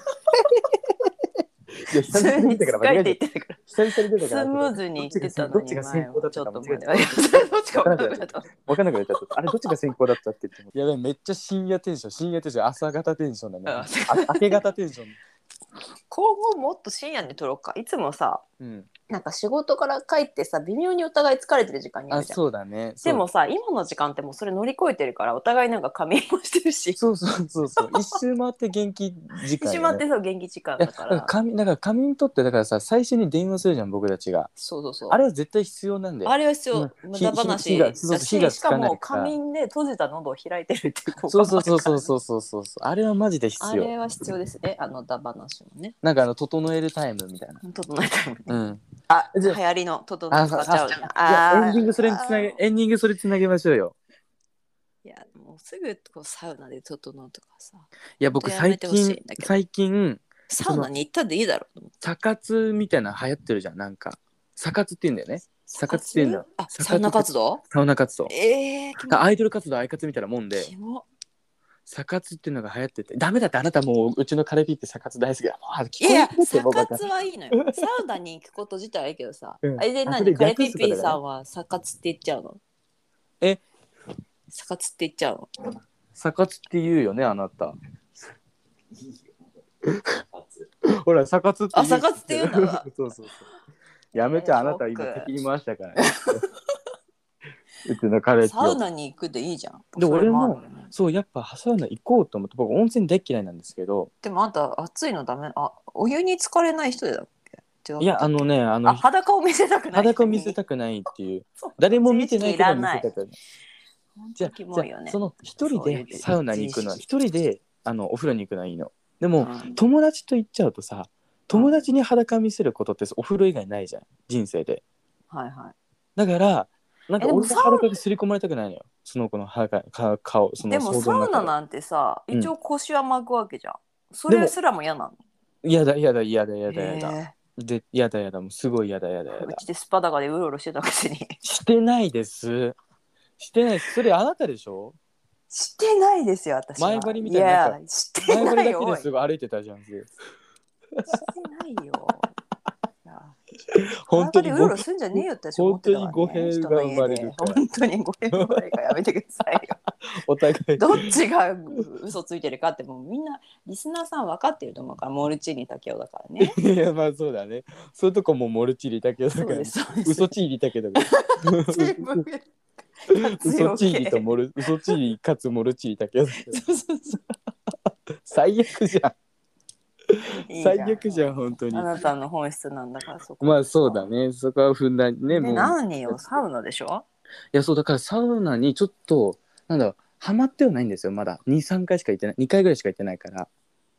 B: 普
A: 久
B: 通
A: 々
B: に
A: に出たから
B: 使
A: 間
B: え
A: 違
B: て
A: え
B: いっててたから
A: 久々に出たから
B: スムーズにいってたのに
A: どっちが先行だったか
B: 前はちょっ
A: 間違
B: と
A: え
B: 前はどっちか分かんなかった
A: 分かんなくなっちゃったあれどっちが先行だったっけっていやべめっちゃ深夜テンション深夜テンション朝方テンションだねあ明け方テンション
B: 今後もっと深夜に撮ろうかいつもさ
A: うん
B: なんか仕事から帰ってさ微妙にお互い疲れてる時間 にあ
A: あ
B: るじゃん
A: そうだねそう
B: でもさ今の時間ってもうそれ乗り越えてるからお互いなんか仮眠もしてるし
A: そうそうそうそう一周回って元気時間
B: し
A: よ
B: ま
A: ね
B: ってそう元気時間
A: いや
B: だ
A: だ
B: か
A: から
B: ら
A: 仮眠だから仮眠取ってだからさ最初に電話するじゃん僕たちが
B: そうそうそう
A: あれは絶対必要なんだよ
B: あれは必要、
A: うん
B: 無駄話
A: 火がそうそう
B: だ
A: 火が
B: し
A: つ
B: し
A: かな
B: か
A: いから
B: も仮眠で閉じた喉を開いてるっていう効果
A: そ
B: も
A: うそうそうそう
B: う
A: そうそうそうそうあれはマジで
B: あ
A: 必要
B: れは必要ですねあのだ話もね
A: なんかあの整えるタイムみたいな
B: 整えたいもんね
A: うん
B: あ
A: じ
B: 流
A: ゃあ
B: 行りの整
A: あ
B: え
A: あ
B: 使っちゃうじゃん
A: いやエ
B: ー
A: ンディングそれにつなげ
B: あー
A: エンディングそれつなげましょうよ
C: いやもうすぐこうサウナで整うとかさ
A: いや僕
C: ちょっとや
A: 最
C: めてほしいん
A: 近
C: だけど
A: 最近
C: サウナに行ったんでいいだろうと思って
A: サ活みたいなの流行ってるじゃんなんかサ活って言うんだよねサ活って言うんだ
C: あ
A: サ活
C: サウナ活動
A: サウナ活動
C: ええー、
A: アイドル活動アイ活みたいなもんで
C: キモ
A: サ活っていうのが流行っててダメだってあなたもううちのカレピってサ活大好きだもうあ
C: い
A: 聞こ
C: やい
A: え
C: や
A: てるって
C: サ
A: もうバカ
C: 活はいいのよサウナに行くこと自体はいいけどさ、
A: うん
C: あれで
A: あそ
C: 何
A: れ略す
C: カ
A: とか
C: レピッピ
A: だ
C: ー
A: ね
C: さんはサ活って言っちゃうの
A: え
C: サ活って言っちゃうの
A: サ活って言うよねあな た
D: いいよ。
A: ほら、サカツって言う
C: あサカツって言うんだ
A: そうそうそう。やめて、
B: えー
A: あなた今
B: ショック
A: 敵に回したから、ね。うちの彼氏
C: サウ
A: を。
C: ナに行くでいいじゃん
A: で、
B: それ
A: 俺
B: もある
A: も、そう、やっぱサウナ行こうと思って、僕、温泉大嫌いなんですけど、
B: でもあんた暑いのダメあお湯に浸かれない人だっけ違う
A: いや、あのね、あ
B: あ
A: の、
B: 裸を見せたくない
A: 裸を見せ
B: く
A: たくないっていう
B: そう、
A: 誰も見てないけど見せたくない。じゃあ、じ
B: キモい
A: ゃ
B: よ
A: あ
B: ね
A: その一人でサウナに行くのは、
B: そういう
A: 一人であのお風呂に行くのはいいの。でも、
B: うん
A: 友達と行っちゃうとさ、友達に裸見せることってお風呂以外ないじゃん、人生で。
B: はいはい
A: だから、なんか
B: えでも
A: 俺の裸にすり込まれたくないのよ。その子の裸か顔、その
B: でも
A: 想
B: サ
A: 像の
B: ウ
A: 中
B: ナ
A: で
B: なんてさ、
A: うん
B: 一応腰は巻くわけじゃんそ
A: でも
B: れすらも嫌なの
A: 嫌だ、嫌だ、嫌だ、嫌だ、嫌だ。
B: へ
A: で、嫌だ、嫌だ、もうすごい嫌だ、嫌だ、
B: え
A: 嫌
B: う
A: だ。
B: ちでスパだかでうろうろしてたくせに
A: してないです。してないです。それあなたでしょ
B: してないですよ私は
A: 前張りみたいななんか
B: いやして
A: 前張 り
B: ない
A: だ
B: よ
A: けで
B: おいし
A: すごい歩いてたじゃん。
B: てないよいや
A: 本当に
B: 前張りうろ
A: ご
B: うろすんじゃねえよって私思ってたから、ね、
A: 本当に語弊が生まれるから
B: 人の家で本当に語弊が生まれるからやめてくださいよ
A: お互 い。
B: どっちが嘘ついてるかってもうみんなリスナーさん分かってると思うからモルチーニ竹雄だか らね。
A: いや、まあそうだね。そういうとこもモルチリだけど、だ
B: そう
A: から
B: ですそうです。
A: 嘘チーリだけど。
B: 全部
A: 嘘チーリと
B: そう
A: モル、嘘チーリかつモルチリだけ ど。
B: そうそう
A: 最悪じゃん。
B: いい
A: 最悪じゃん、
B: ん。
A: 本当に
B: あ。なたの本質なんだからそこ。
A: まあそうだ。ね、そこは踏んだね、
B: で
A: もう。い
B: 何よサウナでしょ。
A: や、そうだからサウナにちょっと、なんだろう、ハマってはないんですよ、まだ。2、3回しか行ってない、2回ぐらいしか行ってないから。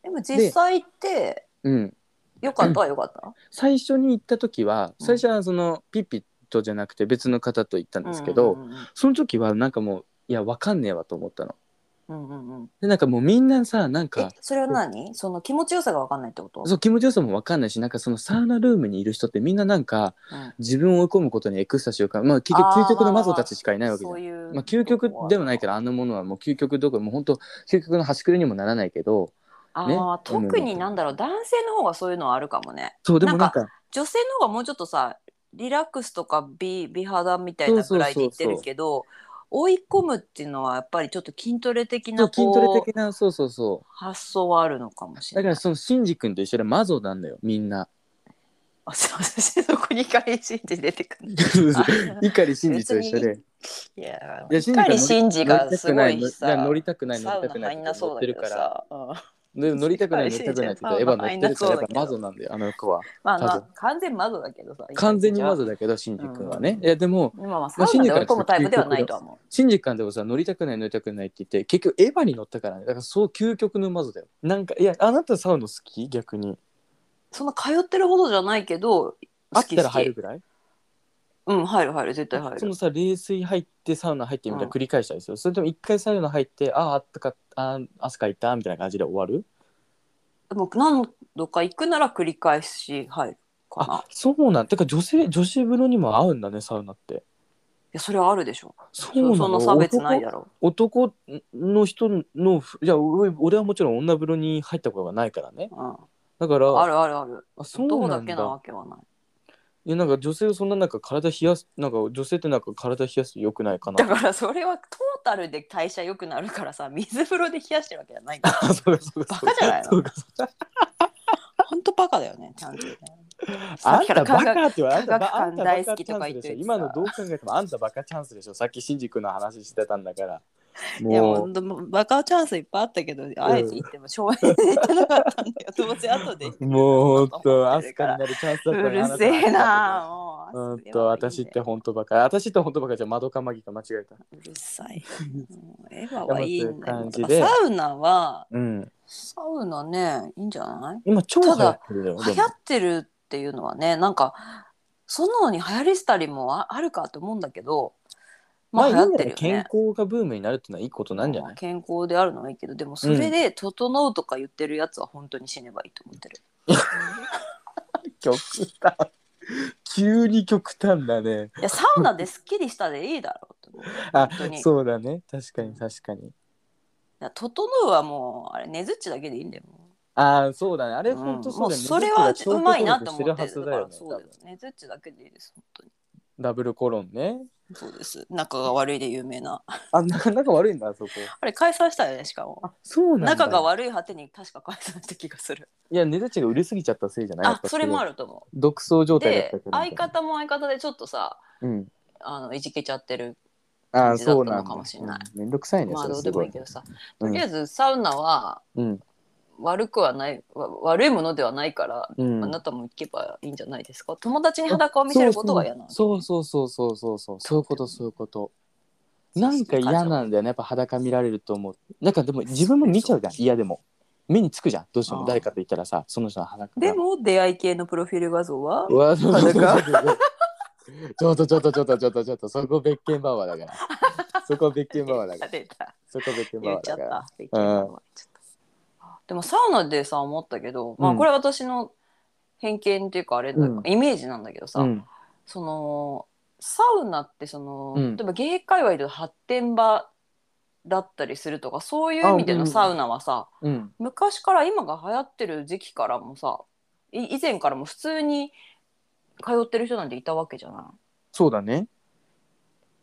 B: でも実際行って
A: うん。
B: よかったはよかった。
A: 最初に行った時は、
B: うん
A: 最初はその、ピッピとじゃなくて別の方と行ったんですけど、
B: うんうん
A: その時はなんかもう、いや、わかんねえわと思ったの。
B: うんうんうんうん。
A: で、なんかもうみんなさ、なん
B: え
A: か、
B: それは何？その気持ちよさが分かんないってこと？
A: そう気持ちよさもわかんないし、なんかそのサウナルームにいる人ってみんななんか、
B: うん
A: 自分を追い込むことにエクスタシーを感じまあ結局究極の魔女たちしかいないわけじゃん
B: そういう。
A: まあ、究極でもないけどあのものはもう究極どころもう本当究極の端くれにもならないけど
B: あ
A: ね
B: あ特になんだろう男性の方がそういうのはあるかもね。
A: そうでもなんか
B: 女性の方がもうちょっとさリラックスとか美美肌みたいなぐらいで言ってるけど追い込むっていうのはやっぱりちょっと筋トレ的
A: そう
B: な
A: 筋トレ
B: こう
A: 的なそうそうそ
B: 発想はあるのかも
A: う
B: し
A: だ
B: れ
A: か
B: な
A: ら
B: い。
A: そのシンジ君と一緒で魔女なんだよみんな
B: あすいませんそこに怒り信じ出てくる。
A: 碇シンジと一緒で。
B: いや
A: いやシンジが
B: 怒
A: 乗
B: り
A: り
B: 信じがすごい
A: 乗りたくない
B: さ
A: 乗りたくない乗りたくない
B: サウナ入んなそうだ
A: って言って
B: けど
A: るから。
B: さ、うん
A: で乗りたくない乗りたくないって言ってエヴァ乗ってるからやっぱマゾなんだよあの子は
B: まあま
A: マ
B: あ
A: ゾ
B: 完全窓だけどさ
A: 完全にマ
B: ゾ
A: ゾだけどシンジ君はね、いやでも
B: 今はサ
A: まあ
B: ウ
A: シン
B: ナ
A: ジか
B: で
A: ら
B: 追い込むタイプではないとは思
A: シンジ君でもさ乗りたくない乗りたくないって言って結局エヴァに乗ったからねだからそう究極のマゾだよなんかいやあなたサウナ好き逆に
B: うそんな通ってるほどじゃないけど
A: あ
B: 好
A: った
B: き
A: ら
B: 好
A: 入る
B: き
A: ぐらい
B: うん入る入る絶対入
A: そ
B: る
A: のさ冷水入ってサウナ入ってみたいな繰り返したですよ、それとも一回サウナ入ってあああったかあー汗かいたみたいな感じで終わる
B: でも何度か行くなら繰り返し入るかない
A: あそうなんてか女性女子風呂にも合うんだねサウナって
B: やそれはあるでしょ
A: そうな
B: そ
A: の
B: その差別ないだろう
A: 男の人のいや俺俺はもちろん女風呂に入ったことがないからね
B: うん、
A: だから
B: あるあるある
A: あそう
B: 男
A: な
B: だ
A: ん
B: け
A: だ
B: なわけはない
A: いやなんか女性はそんななんか体冷やすなんか女性ってなんか体冷やすと良くないかな
B: だからそれはトータルで代謝良くなるからさ水風呂で冷やしてるわけじゃない から
A: あそうかそうか
B: バカじゃないの
A: そうかそうか
B: 本当バカだよねちゃんとね
A: あんたバ
B: 科学
A: カって言われ
B: 科学館大好きとか言っといてさ
A: 今のどう考えてもあんたバカチャンスでしょさっき新宿の話してたんだから
B: いや
A: も
B: も
A: う
B: うでもバカチャンスいっぱいあったけど、あえて言ってもしょうがない言ってな かったんだよ。どうせ後で。
A: もうほんと
B: 思
A: ア
B: って
A: ス
B: るか
A: カに
B: ら
A: なるチャンスだ
B: う
A: ったのに
B: るせえな
A: あ
B: も
A: な
B: う。
A: たうんと私って本当バカ私って本当バカじゃ窓かまぎか間違えた
B: うるさい。もうエヴァはいいんだ
A: そういう感
B: よ。
A: じ
B: サ
A: で
B: ウナは、
A: うん
B: サウナね、いいんじゃない
A: 今超流
B: ただ
A: 行ってるよ
B: 流行ってるっていうのはね、なんか、そんなのに流行りしたりもああるかと思うんだけど、まあ流
A: いい
B: 行
A: ん
B: っ
A: じゃない
B: てるよ
A: 健
B: ね。
A: 康がブームになるってのはいいことなんじゃない
B: 健康であるのはいいけど、でもそれで整うとか言ってるやつは本当に死ねばいいと思ってる。
A: 極端急に極端だね
B: いや、サウナですっきりしたでいいだろうと思う。
A: あ
B: 本当に
A: そうだね確かに確かに
B: だから整うはもうあれねずっちだけでいいんだよ。
A: ああそうだねあれ
B: うん
A: 本当
B: も
A: そう
B: う
A: だね、
B: それは
A: 水分
B: う
A: が
B: まいなと思って
A: 消
B: だ
A: 費してるはずだ
B: か
A: よ
B: ら
A: ね
B: そうだよ
A: 多分
B: ねずっちだけでいいです本当に
A: ダブルコロンね
B: そうです仲が悪いで有名な
A: あ な仲悪いんだあそこ
B: あれ解散したよねしかも
A: そうなんだ
B: 仲が悪い果てに確か解散した気がする
A: いやネズチが売れすぎちゃったせいじゃない
B: あそれもあ
A: る
B: ると思
A: 独走状
B: う
A: 態だった
B: で
A: けど
B: 相方も相方でちょっとさ
A: うん
B: あのいじけちゃってる
A: ああ
B: 感じだった
A: そう
B: の
A: なんだ
B: かもしれない
A: うんめんどくさいね
B: まあ
A: それ
B: どう
A: す
B: で
A: ご
B: も
A: い
B: いいけどさ
A: う
B: と
A: ん
B: りあえずサウナは
A: うん
B: 悪くはないわ悪いものではないから
A: うん
B: あなたも行けばいいんじゃないですか友達に裸を見せることが嫌なの
A: そうそうそうそうそうそうそういうことそういうことなんか嫌なんだよねやっぱ裸見られると思うなんかでも自分も見ちゃうじゃん嫌でも目につくじゃんどうして
B: あ
A: も
B: ー
A: 誰かと言ったらさその人の裸が
B: でも出会い系のプロフィール画像は
A: うわそうそうそう
B: 裸
A: ちょっとちょっとちょっとちょっとちょっとそこ別件バーバーだからそこ別件バーバーだから
B: 出た
A: そこ別件バー
B: 言
A: バ
B: っ
A: ー
B: ちゃ
A: だ
B: っ
A: から
B: た。言っちゃったでもサウナでさ思ったけど、まあこれ私の偏見っていうかあれだ、
A: うん
B: イメージなんだけどさ、
A: うん
B: そのサウナってその、
A: うん
B: 例えば芸界隈で発展場だったりするとかそういう意味で
A: あう
B: の
A: ん
B: サウナはさ、
A: うん
B: 昔から今が流行ってる時期からもさい以前からも普通に通ってる人なんていたわけじゃない
A: そうだね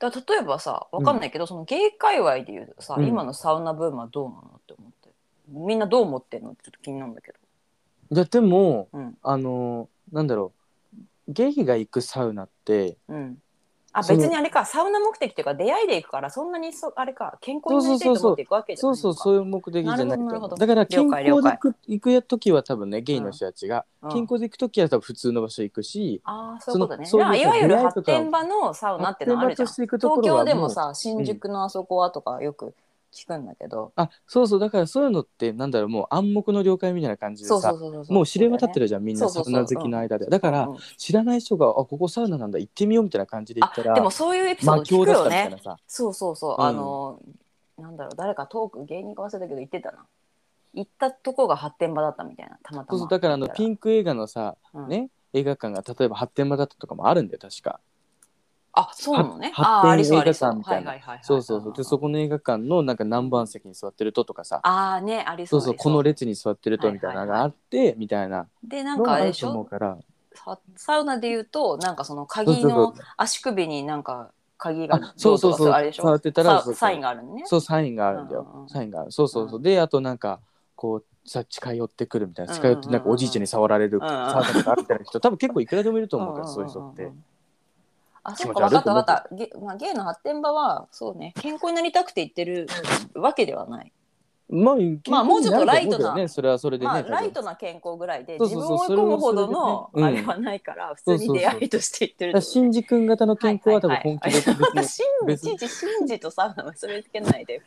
B: だから例えばさわかんないけど、その芸界隈でいうさ、
A: うん
B: 今のサウナブームはどうなのって思ってみんなどう思ってんのってちょっと気になるんだけど
A: いやでも
B: うん
A: あのーなんだろうゲイが行くサウナって
B: うんあ
A: その
B: 別にあれかサウナ目的っていうか出会いで行くからそんなにそあれか健康になりたい
A: そうそうそう
B: と
A: そう
B: 思っていくわけじゃ
A: そ
B: な
A: う
B: い
A: そうそういう目的じゃなくて
B: なるほど
A: だから健
B: 了
A: 康
B: 解
A: で
B: 了解
A: 行く行く時は多分ねゲイの人たちが、
B: うん
A: 健康で行く時は多分普通の場所行くし、
B: ああそういうことね
A: そのそういう
B: じゃあいわゆる
A: 出会いと
B: 発
A: か
B: 展場のサウナってのはあるじゃ
A: 発展場と
B: ん
A: して行くとこ
B: 東
A: ろは
B: 京
A: う
B: でもさ新宿のあそこはとかよく聞くんだけど、
A: あそうそうだからそういうのってなんだろうもう暗黙の了解みたいな感じでさ
B: そうそうそうそう
A: もう知れ渡って
B: る
A: るじゃんみんな
B: そ
A: サ
B: うそ
A: ウ
B: うそ
A: ナ
B: う
A: 好きの間でだか、
B: から
A: 知らない人が「あここサウナなんだ行ってみよう」みたいな感じで行ったら
B: あでもそういうエピソード
A: 魔
B: 聞
A: 境
B: く
A: だった
B: よ
A: みたい
B: ね
A: なさ、
B: そうそうそう、
A: うん
B: あのなんだろう誰かトーク芸人か忘れたけど言ってたな行ったとこが発展場だったみたいなたまた
A: そ
B: ま
A: うそうだからあのピ
B: ン、
A: ンク映画のさ、
B: うん
A: ね映画館が例えば発展場だったとかもあるんだよ確か。
B: あそうなのね
A: は
B: あーありそうありそう
A: 発展映画館みたいな
B: はいはいはいはい
A: そうそうそうでそこの映画館のなんか何番席に座ってるととかさ
B: ああねあり
A: そ
B: そ
A: ううそう
B: あり
A: この列に座ってるとみたいなのがあって、みたいな
B: でなん
A: の
B: か
A: があ
B: あれ
A: る
B: でし
A: と思う
B: ょ
A: から
B: ササウナで言うとなんかその
A: そう
B: 鍵
A: そう
B: の足首になんか鍵が
A: あそうそうそう
B: どとかあれでしょ
A: 触ってたらそ
B: サ
A: うそう
B: サインがあるのね
A: そうサインがあるんだよ、
B: うんうんうん
A: サインがあるそうそうそう、であとなんかこうさ近寄ってくるみたいな
B: うん
A: 近寄ってなんかおじいちゃんに触られる
B: うんうん
A: 触ったことあるみたいな人多分結構いくらでもいると思うから
B: んんんん
A: そういう人って。
B: あ、
A: 気
B: そ
A: 持
B: っ
A: ち悪い
B: か、
A: と
B: 分か
A: 思う
B: った分かった。ゲまあ、ゲイの発展場は、そうね、健康になりたくて言ってるわけではない。
A: まあ
B: まあもうちょっとライ
A: 健康にる思
B: トな
A: うけどねそれはそれでね
B: まあ、
A: 多分
B: ライトな健康ぐらいで、
A: そう
B: 自
A: そう
B: 分
A: そう
B: を追い込むほどの
A: それはそれで
B: あ
A: ね
B: れはないから、普通に出会いとして言って
A: だ
B: る
A: から
B: と思う。
A: 新次君型の健康は多分
B: いい
A: 本
B: は
A: 気
B: い
A: で別の
B: 信
A: 別
B: じ、いちいち信じとさ、 結びつけないで。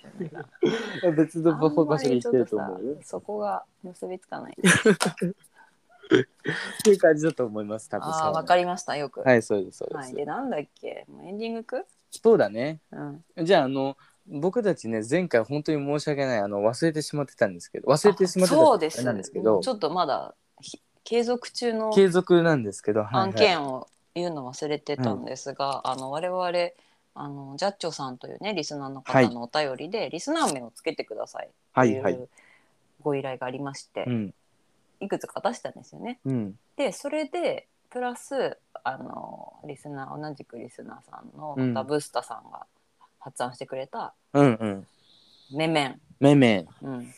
A: 別の場所に行ってると思うよ。っ
B: そこが結びつかない。
A: ていう感じだと思います多分
B: ああ、わ
A: り
B: かりました、よく。は
A: はいそうですそうです、
B: い、で、なんだっけ、もうエンディングく。
A: そうだね
B: うん。
A: じゃああの僕たちね前回本当に申し訳ないあの忘れてしまってたんですけど忘れてしまってたっ
B: あ
A: て
B: そうです。
A: あれ
B: ち
A: なんですけど
B: ょっとまだひ継続中の
A: 継続なんですけど、はいはい
B: 案件を言うの忘れてたんですが、あの我々あのジャッチョさんというねリスナーの
A: はい
B: 方のお便りで、リスナー名をつけてください
A: は
B: ってい
A: いはいう
B: ご依頼がありまして、
A: うん
B: いくつか出したんですよね。
A: うん
B: でそれでプラスあのリスナー同じくリスナーさんのまた
A: うん
B: ブスタさんが発案してくれた
A: うんうん
B: 「めめん
A: めめ」
B: うん、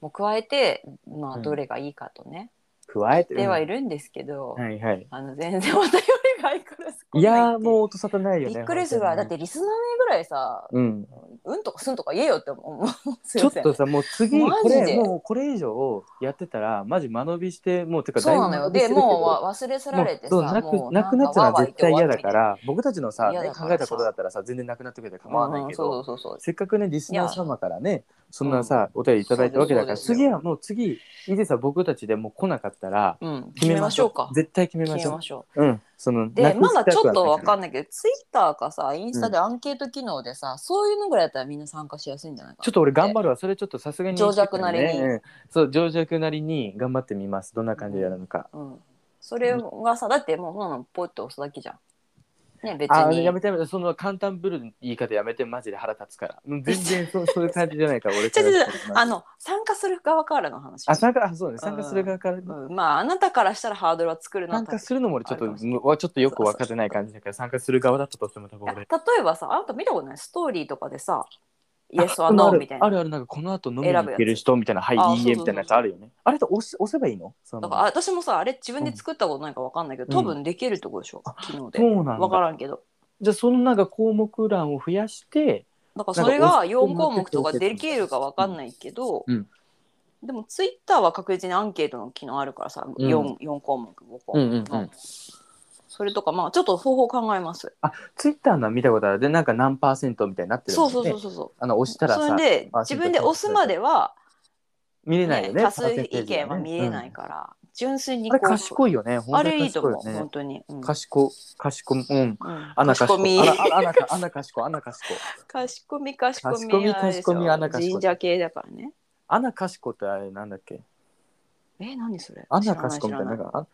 B: も加えて、ま
A: う
B: あ、
A: ん
B: どれがいいかとね、
A: 加えて
B: ではいるんですけど、
A: はいはい
B: あの全然お便りが相変わらず来ない
A: いやーもう
B: う
A: 音沙汰ないよね
B: びっくりするぐらいだ
A: 本
B: っ
A: 当に
B: てリスナー名ぐらいさ
A: うん
B: うんとかすんとか言えよっ て思うすい
A: ちょ
B: ま
A: っ
B: せん
A: とさもう次
B: マ
A: こ
B: ジで
A: れもうこれ以上やってたらマジ間延びしてもうてか
B: そうなの
A: 間
B: よ
A: 延びし
B: で
A: てるけど
B: もうわ忘れ去られてさ
A: もうそう
B: もう
A: なくなくなっちゃうのは絶対嫌だから僕たちのさ、
B: 嫌
A: ね
B: だ、からさ
A: 考えたことだったらさ全然なくなってくれたら構
B: ま
A: わ
B: あ
A: ないけど、
B: うんそうそうそう
A: せっかくねリスナー様からねそんなさ、お便りいただいたわけだから
B: そうです
A: 次はもう次いでさ僕たちでもう来なかったら
B: うん
A: 決
B: 決
A: め
B: め
A: ま
B: ま
A: し
B: し
A: ょ
B: ょ
A: う
B: うか
A: 絶対決めまし
B: 決め
A: ょ
B: ましょ
A: う。うん、その
B: うでまだちょっとわ
A: 分
B: かん
A: ない
B: ないけどツイッターかさインスタでアンケート機能でさ、そういうのぐらいだったらみんな参加しやすいんじゃないかな
A: ちょっと俺頑張るわそれちょっとさすがに
B: 情弱なりに
A: うんそう情弱なりに頑張ってみますどんな感じでやるのか、
B: うんそれがさだってもうそんなのポイッと押すだけじゃんね別
A: あ
B: に
A: やめてやめてその簡単ぶる言い方やめてマジで腹立つからうん全然そうそういう感じじゃないから俺から
B: ちょちょ
A: したら
B: あの参加する側からの話
A: あ参加あそうね参加する側から
B: うんまああなたからしたらハードルは作るな
A: 参加するのも俺ちょっと
B: あるかもしれない
A: わちょっとよく分かってない感じだから参加する側だったとしても多分
B: あ
A: 俺
B: 例えばさあなた見たことないストーリーとかでさイエス
A: あ
B: はノ
A: ある
B: ーみたいな
A: あるあるなんかこの後飲みに
B: 選ぶ
A: 行
B: やつ
A: ける人みたいなはい
B: あ
A: いいえみ
B: そうそうそ
A: た
B: う
A: いなやつあるよねあれって押し押せばいいのそ
B: だ
A: の
B: からあ私もさあれ自分で作ったことないからわかんないけど、
A: うん
B: 多分できるとこでしょ昨日
A: そ
B: で
A: うなん
B: わか
A: だ
B: らんけど
A: じゃあそのなんか項目欄を増やして
B: だからそれが4項目とか
A: なんか押
B: ですきるかわかんないけど、
A: うん
B: でもツイッターは確実にアンケートの機能あるからさ
A: うん
B: 4,、四四項目5項目、
A: うんうんうん
B: それとかまあちょっと方法考えます、
A: ツイッターの見たことあるでなんか何パーセントみたいになってる
B: そ
A: もん
B: う
A: ね
B: そうそうそうそう
A: あの押したら
B: そ
A: さ
B: れで
A: パーセント
B: 自分で押すまでは、
A: 見れないよね
B: 多数
A: パーセンテー
B: 意
A: ジがね
B: 見は見えないから、純粋に
A: あれ
B: こう
A: 賢いよね。
B: あ
A: 本当
B: れい
A: に
B: いと
A: 賢いよ
B: 思う、
A: ね
B: 本。当に、うん
A: 賢、賢、うん。
B: うん
A: アナ
B: 賢
A: 賢
B: み
A: アナアナアナ賢、アナ賢。
B: 賢み賢み
A: 賢み
B: あれでしょ
A: 賢みアナ賢
B: 神社系だからね
A: アナ賢ってあれなんだっけ
B: え何それ
A: アナ賢みたいな。なん
B: か
A: か、あ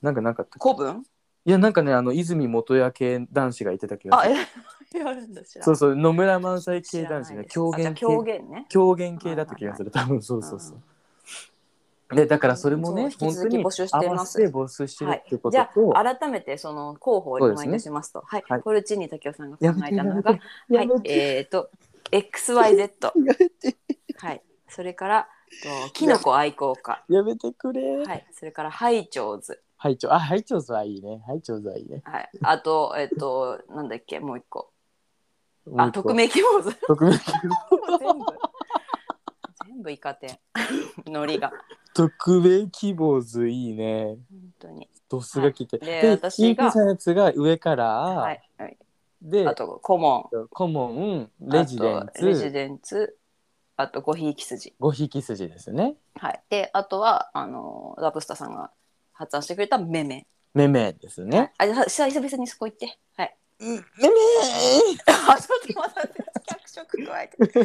A: なんか、なんか、
B: 古文
A: いや、なんかね、あの、泉元彌系男子がいてたけど
B: あ、え あるんだ知ら
A: そううそう、野村萬斎系男子ね、狂言系、
B: 狂言ね
A: 狂言系だった気がする。多分、そうそうそう。で、だからそれもね、
B: そ
A: 本
B: う引き
A: 当
B: 続き
A: に
B: 募集して
A: 合わ
B: ま
A: せて
B: す
A: 募集してる
B: はい
A: ってこ、
B: じ
A: と
B: ゃ
A: と、
B: あ改めてその候補を
A: そう
B: お
A: ですね
B: 願いいたしますとはい、
A: はい
B: ポルチーニ竹雄さんが考
A: やめ
B: え
A: て
B: た
A: や
B: の
A: め
B: が
A: てや
B: はい
A: め、て
B: えっ、と、XYZ。はい、それから、とキノコ愛好家。
A: やめてくれ。
B: はい、それから、ハイチョーズ。
A: はい、ちょ、あ、はい、ちょうずはいいね。はい、ちょうずはいいね。
B: はい、あと、えっ、と、なんだっけ、もう一個。
A: もう
B: あ、
A: 一個
B: 匿名希 望図。
A: 匿名
B: 全部。全部イカ天。ノリが。
A: 特命希望図いいね。
B: 本当に。
A: ドスが来て。
B: はいで
A: で、
B: 私が
A: インコのやつが上から、
B: はい。はい
A: で
B: あ、と、顧問。
A: コモン、レジデン
B: あとレジ
A: ツ、
B: デンツ。あと、ごひいき筋。
A: 五匹筋ですね。
B: はい。で、あとは、あの、ラブスターさんが発案してくれたメメ。
A: めめですね。
B: はいあ、じゃあ久々にそこ行って。 はい。
A: めめ
B: あ、ちょっと待って、脚色加えて。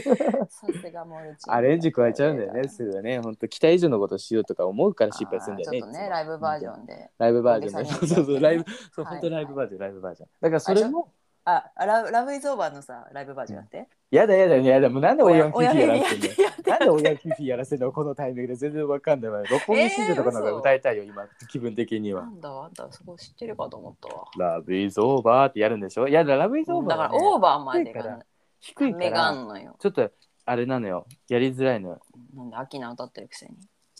B: さすがモルチ。
A: アレンジ加えちゃうんだよね、すぐね。本当期待以上のことしようとか思うから失敗するんだよね。
B: あーちょ
A: い
B: っと
A: つ
B: ね、
A: も
B: ライブバージョンで。
A: ライブバージョンね。
B: 大
A: そう
B: げさ
A: そ
B: に
A: うそう、ライブ、そう、
B: はい
A: 本当ライブバージョン、ライブバージョン。だからそれも、
B: あ、ララブイズオーバーのさ、ライブバージョンやって。
A: やだやだやだ、もうなんで親の
B: 親
A: キキやら
B: 指
A: せ
B: やって
A: んだよ。
B: てやって。
A: なんで親キフィやらせるのこのタイミングで全然わかんないわ。六本木新庄とかなんか歌いたいよ、今、気分的に
B: な
A: は。
B: んだわ、あんたそこ知ってるかと思ったわ。
A: ラブイズオーバーってやるんでしょいや、ラブイズオー
B: だ
A: バー
B: か
A: は
B: ら
A: ね、
B: オーバーまでが
A: 低いか
B: 目があ
A: ら、
B: んのよ。
A: ちょっとあれなのよ、やりづらいのよ。
B: なんで、アキナ歌ってるくせに。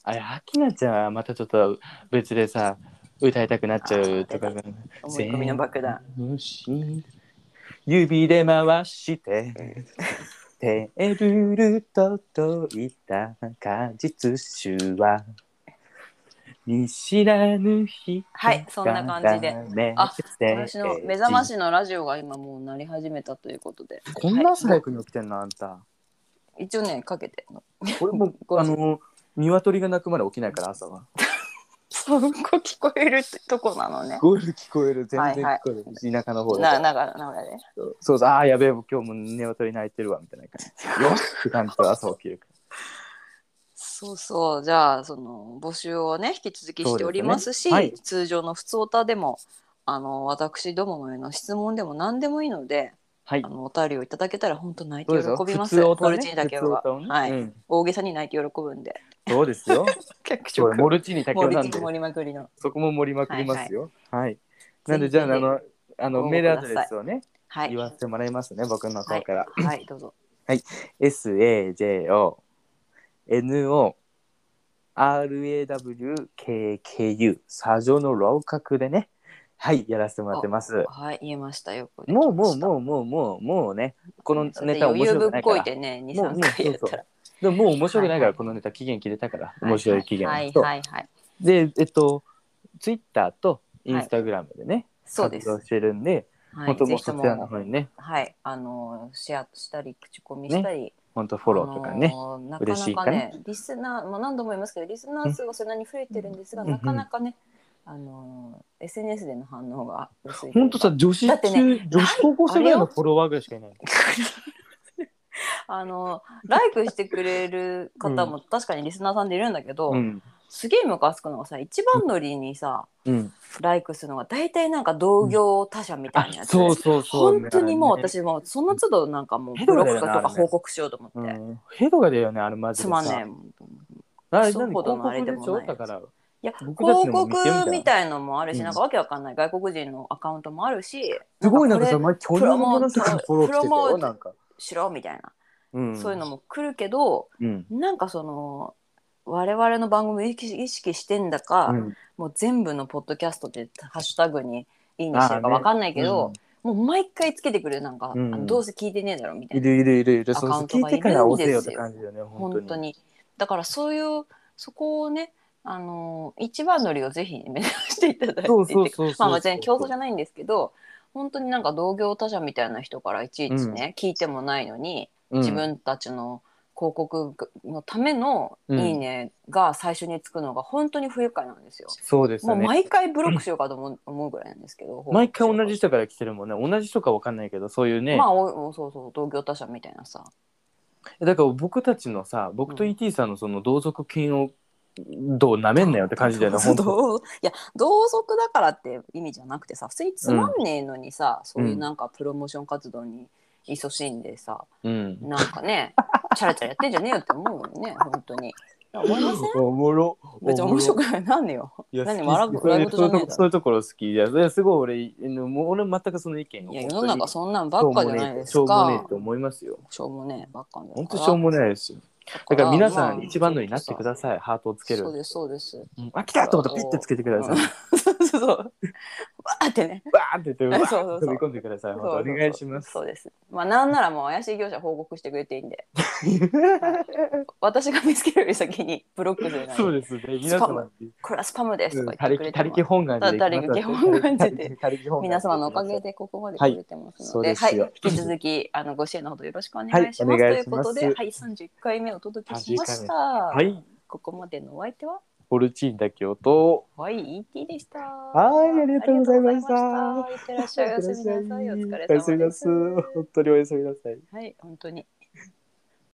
A: あれ、アキナちゃんはまたちょっと別でさ、歌いたくなっちゃうとかが。
B: 思い込みの爆弾。
A: 全部指で回して、テーブルと解いた果実酒は、見知らぬ人
B: はいそんな感じで
A: で
B: あ私の目覚ましのラジオが今もう鳴り始めたということで
A: こんな朝早くに起きてんのあんた。
B: 一応ねか けて
A: 俺も、あの、鶏が鳴くまで起きないから朝は。
B: そこ聞こえるってとこなのね
A: 聞こえる聞こえる、全然
B: はいは
A: 聞
B: い
A: こえる。田舎の方
B: な
A: だ
B: ながながらね
A: と。そうそう、ああ、やべえ、もう今日も寝鶏鳴いてるわ、みたいな感 じ。よしって感じで朝起きるか
B: そうそうじゃあその募集をね引き続きしておりますし
A: そうですねはい
B: 通常の普通歌でもあの私どものような質問でも何でもいいので
A: はい
B: あのお便りをいただけたら本当泣いて
A: そう
B: 喜
A: ですよ
B: びま
A: 普
B: す
A: 通
B: モ
A: オタね
B: ルチーニだけは
A: 普通オタをね
B: はい
A: うん
B: 大げさに泣いて喜ぶんで
A: ら。そうです よ。
B: 結
A: そう
B: 局
A: モルチーニ
B: モ
A: 竹雄
B: ル
A: な
B: チ
A: ん
B: ー
A: で、
B: ニ盛りまくりの
A: そこも盛りまくりますよ。はい、なんで、じゃあ、あの、あ
B: ご
A: の
B: 応募
A: メールアドレスをね、
B: はい
A: 言わせてもらいますね、僕の方から。
B: はいどうぞ
A: S. A. J. O. N. O. R. A. W. K. K. U. 砂上の楼閣でね。はい、やらせてもらってます。
B: はい言えましたよこれ
A: もう、もう、もう、もう、もう、もうね、このネタ面
B: 余裕
A: 白
B: ぶ
A: く
B: っ
A: ないか
B: こい
A: ら。
B: てね
A: もう
B: 23回やったら
A: でも、もう面白くないか
B: はいは
A: ら、
B: い
A: このネタ期限切れたから、面白い期限。
B: はい
A: そう
B: はいはい
A: で、えっと、ツイッターとインスタグラムでね、
B: そうです
A: 活動してるんで、
B: は
A: 本
B: い
A: 当
B: ぜ
A: もう
B: ひと
A: そちらの
B: も
A: 方にね、
B: はいあのシェアしたり口コミしたり
A: 本当フォローとかね
B: あ、のーな
A: 嬉しい
B: かな
A: か
B: か
A: な
B: ね、リスナー、まあ、何度も言いますけど、リスナー数はそんなに増えてるんですが、
A: うん
B: なかなかね、あのー SNS での反応が薄い。
A: 本当さ、女子
B: だってね
A: 中、女子高校生ぐらい
B: あれ
A: の
B: よ
A: フォロワーぐらいしかいない。
B: あのーライクしてくれる方も確かにリスナーさんでいるんだけど、
A: うん、
B: すげえムカつくのがさ、一番乗りにさ、
A: うん、
B: ライクするのが大体なんか同業他社みた
A: あ
B: いなや、つで、
A: そうそうそう。
B: 本当にもう
A: ね、
B: 私もうその都度なんかも
A: ヘ
B: う
A: ド
B: ブ
A: ロだよ
B: ロッ
A: な
B: クかとか
A: あれね
B: 報告しようと思って、
A: うん、ヘドがだよね、あれマジで
B: つ
A: さ。
B: まんねえ
A: え。
B: もんと思って。
A: あれ
B: クソ
A: 何
B: ほどのあれでも
A: 広告でしょだ
B: ない
A: から、
B: いや広
A: 僕たちのも
B: 告
A: 見てみたい
B: みたいのもあるし、
A: うん
B: なんかわけわかんない外国人のアカウントもあるし
A: すごいなんかさ、
B: こ
A: 前、巨人のものすごいフォローして
B: プ
A: た
B: ロモ
A: よ、
B: ート
A: なんか。
B: れしろみたいな、
A: うん
B: そういうのも来るけど
A: うん。
B: なんかその我々の番組を意識意識してんだか、
A: うん
B: もう全部のポッドキャストでハッシュタグにいいねしてるかわかんないけど、もう毎回つけてくれるなんか、
A: うん
B: あのどうせ聞いてねえだろみた
A: い
B: いな
A: るいるいるいる、
B: ア
A: そ
B: カ
A: う
B: ウ
A: そう
B: ント
A: 聞
B: が
A: い
B: い
A: て
B: るんですよ
A: から押せよって感じだよね、本当
B: 本
A: に。
B: 当にだからそういうそこをねあの一番乗りをぜひ目指していただいて
A: そうそうそうそう
B: まあ別に競争じゃないんですけど本当になんか同業他社みたいな人からいちいちね、聞いてもないのに
A: うん
B: 自分たちの広告のための「
A: うん
B: いいね」が最初につくのが本当に不愉快なんですよ。
A: そうです
B: も
A: よ
B: う
A: ね。
B: 毎回ブロックしようかと思う思うぐらいなんですけど
A: 毎回同じ人から来てるもんね。同じ人かわかんないけど、そういうね。
B: まあおおそうそう同業他社みたいなさ
A: だから僕たちのさ、僕と ET さんのその同族金をどうなめんなよって感じだよね、
B: そう
A: 本当
B: 同いや同族だからって意味じゃなくてさ普通につまんねえのにさ、そういうなんかプロモーション活動に勤しんでさ、
A: うん。
B: なんかね チャラチャラやってんじゃねえよって思うよね本当に思いません
A: おもろ。
B: 別に面白くないなんでよ何笑う笑い事じゃねえだろ
A: そういうところ好き。いや、それすごい俺、あのもう俺全くその意見
B: いや世の中そんなんばっかじゃないですか
A: しょうもねえって思いますよ。
B: しょうもねえばっか
A: 本当しょうもないですよ。だから皆さん一番のになってくだ
B: い
A: さい。ハートをつける
B: そう。ですそうです
A: うんあ、来たと思ったらピッてつけてください。
B: そうそうそうわーってね
A: バーンって言って、
B: そう
A: わ
B: そう
A: ーって飛
B: そう
A: び込んでください。
B: そ
A: 本
B: うそうそう
A: 当お願いします。
B: そうですまあなんならもう怪しい業者報告してくれていいんで私が見つけるより先にブロックするなり
A: そうですね。皆様に。
B: これはスパムですとか
A: 他
B: 言ってくれ
A: 力
B: て
A: 他
B: も
A: 力本願で行きます
B: 他力本願寺 で
A: 他力本願
B: 皆様のお かげでここまで
A: はい
B: 来れてます
A: そ
B: の
A: うで
B: で,、は
A: す
B: い
A: よ
B: 引き続きあのご支援のほどよろしくお願いし
A: はいお
B: ます,、
A: 願いし
B: とい
A: ま
B: う
A: す
B: ことで、はい、31回目お届けしました、
A: はい
B: ここまでのお相手は
A: ポルチーンだけ音
B: はい ET でした
A: はいありがとうございました
B: ありがとうございましたいってらっしゃいおやすみなさいお疲れ様
A: おやすみな
B: です
A: さい本当におやすみなさい
B: はい本当に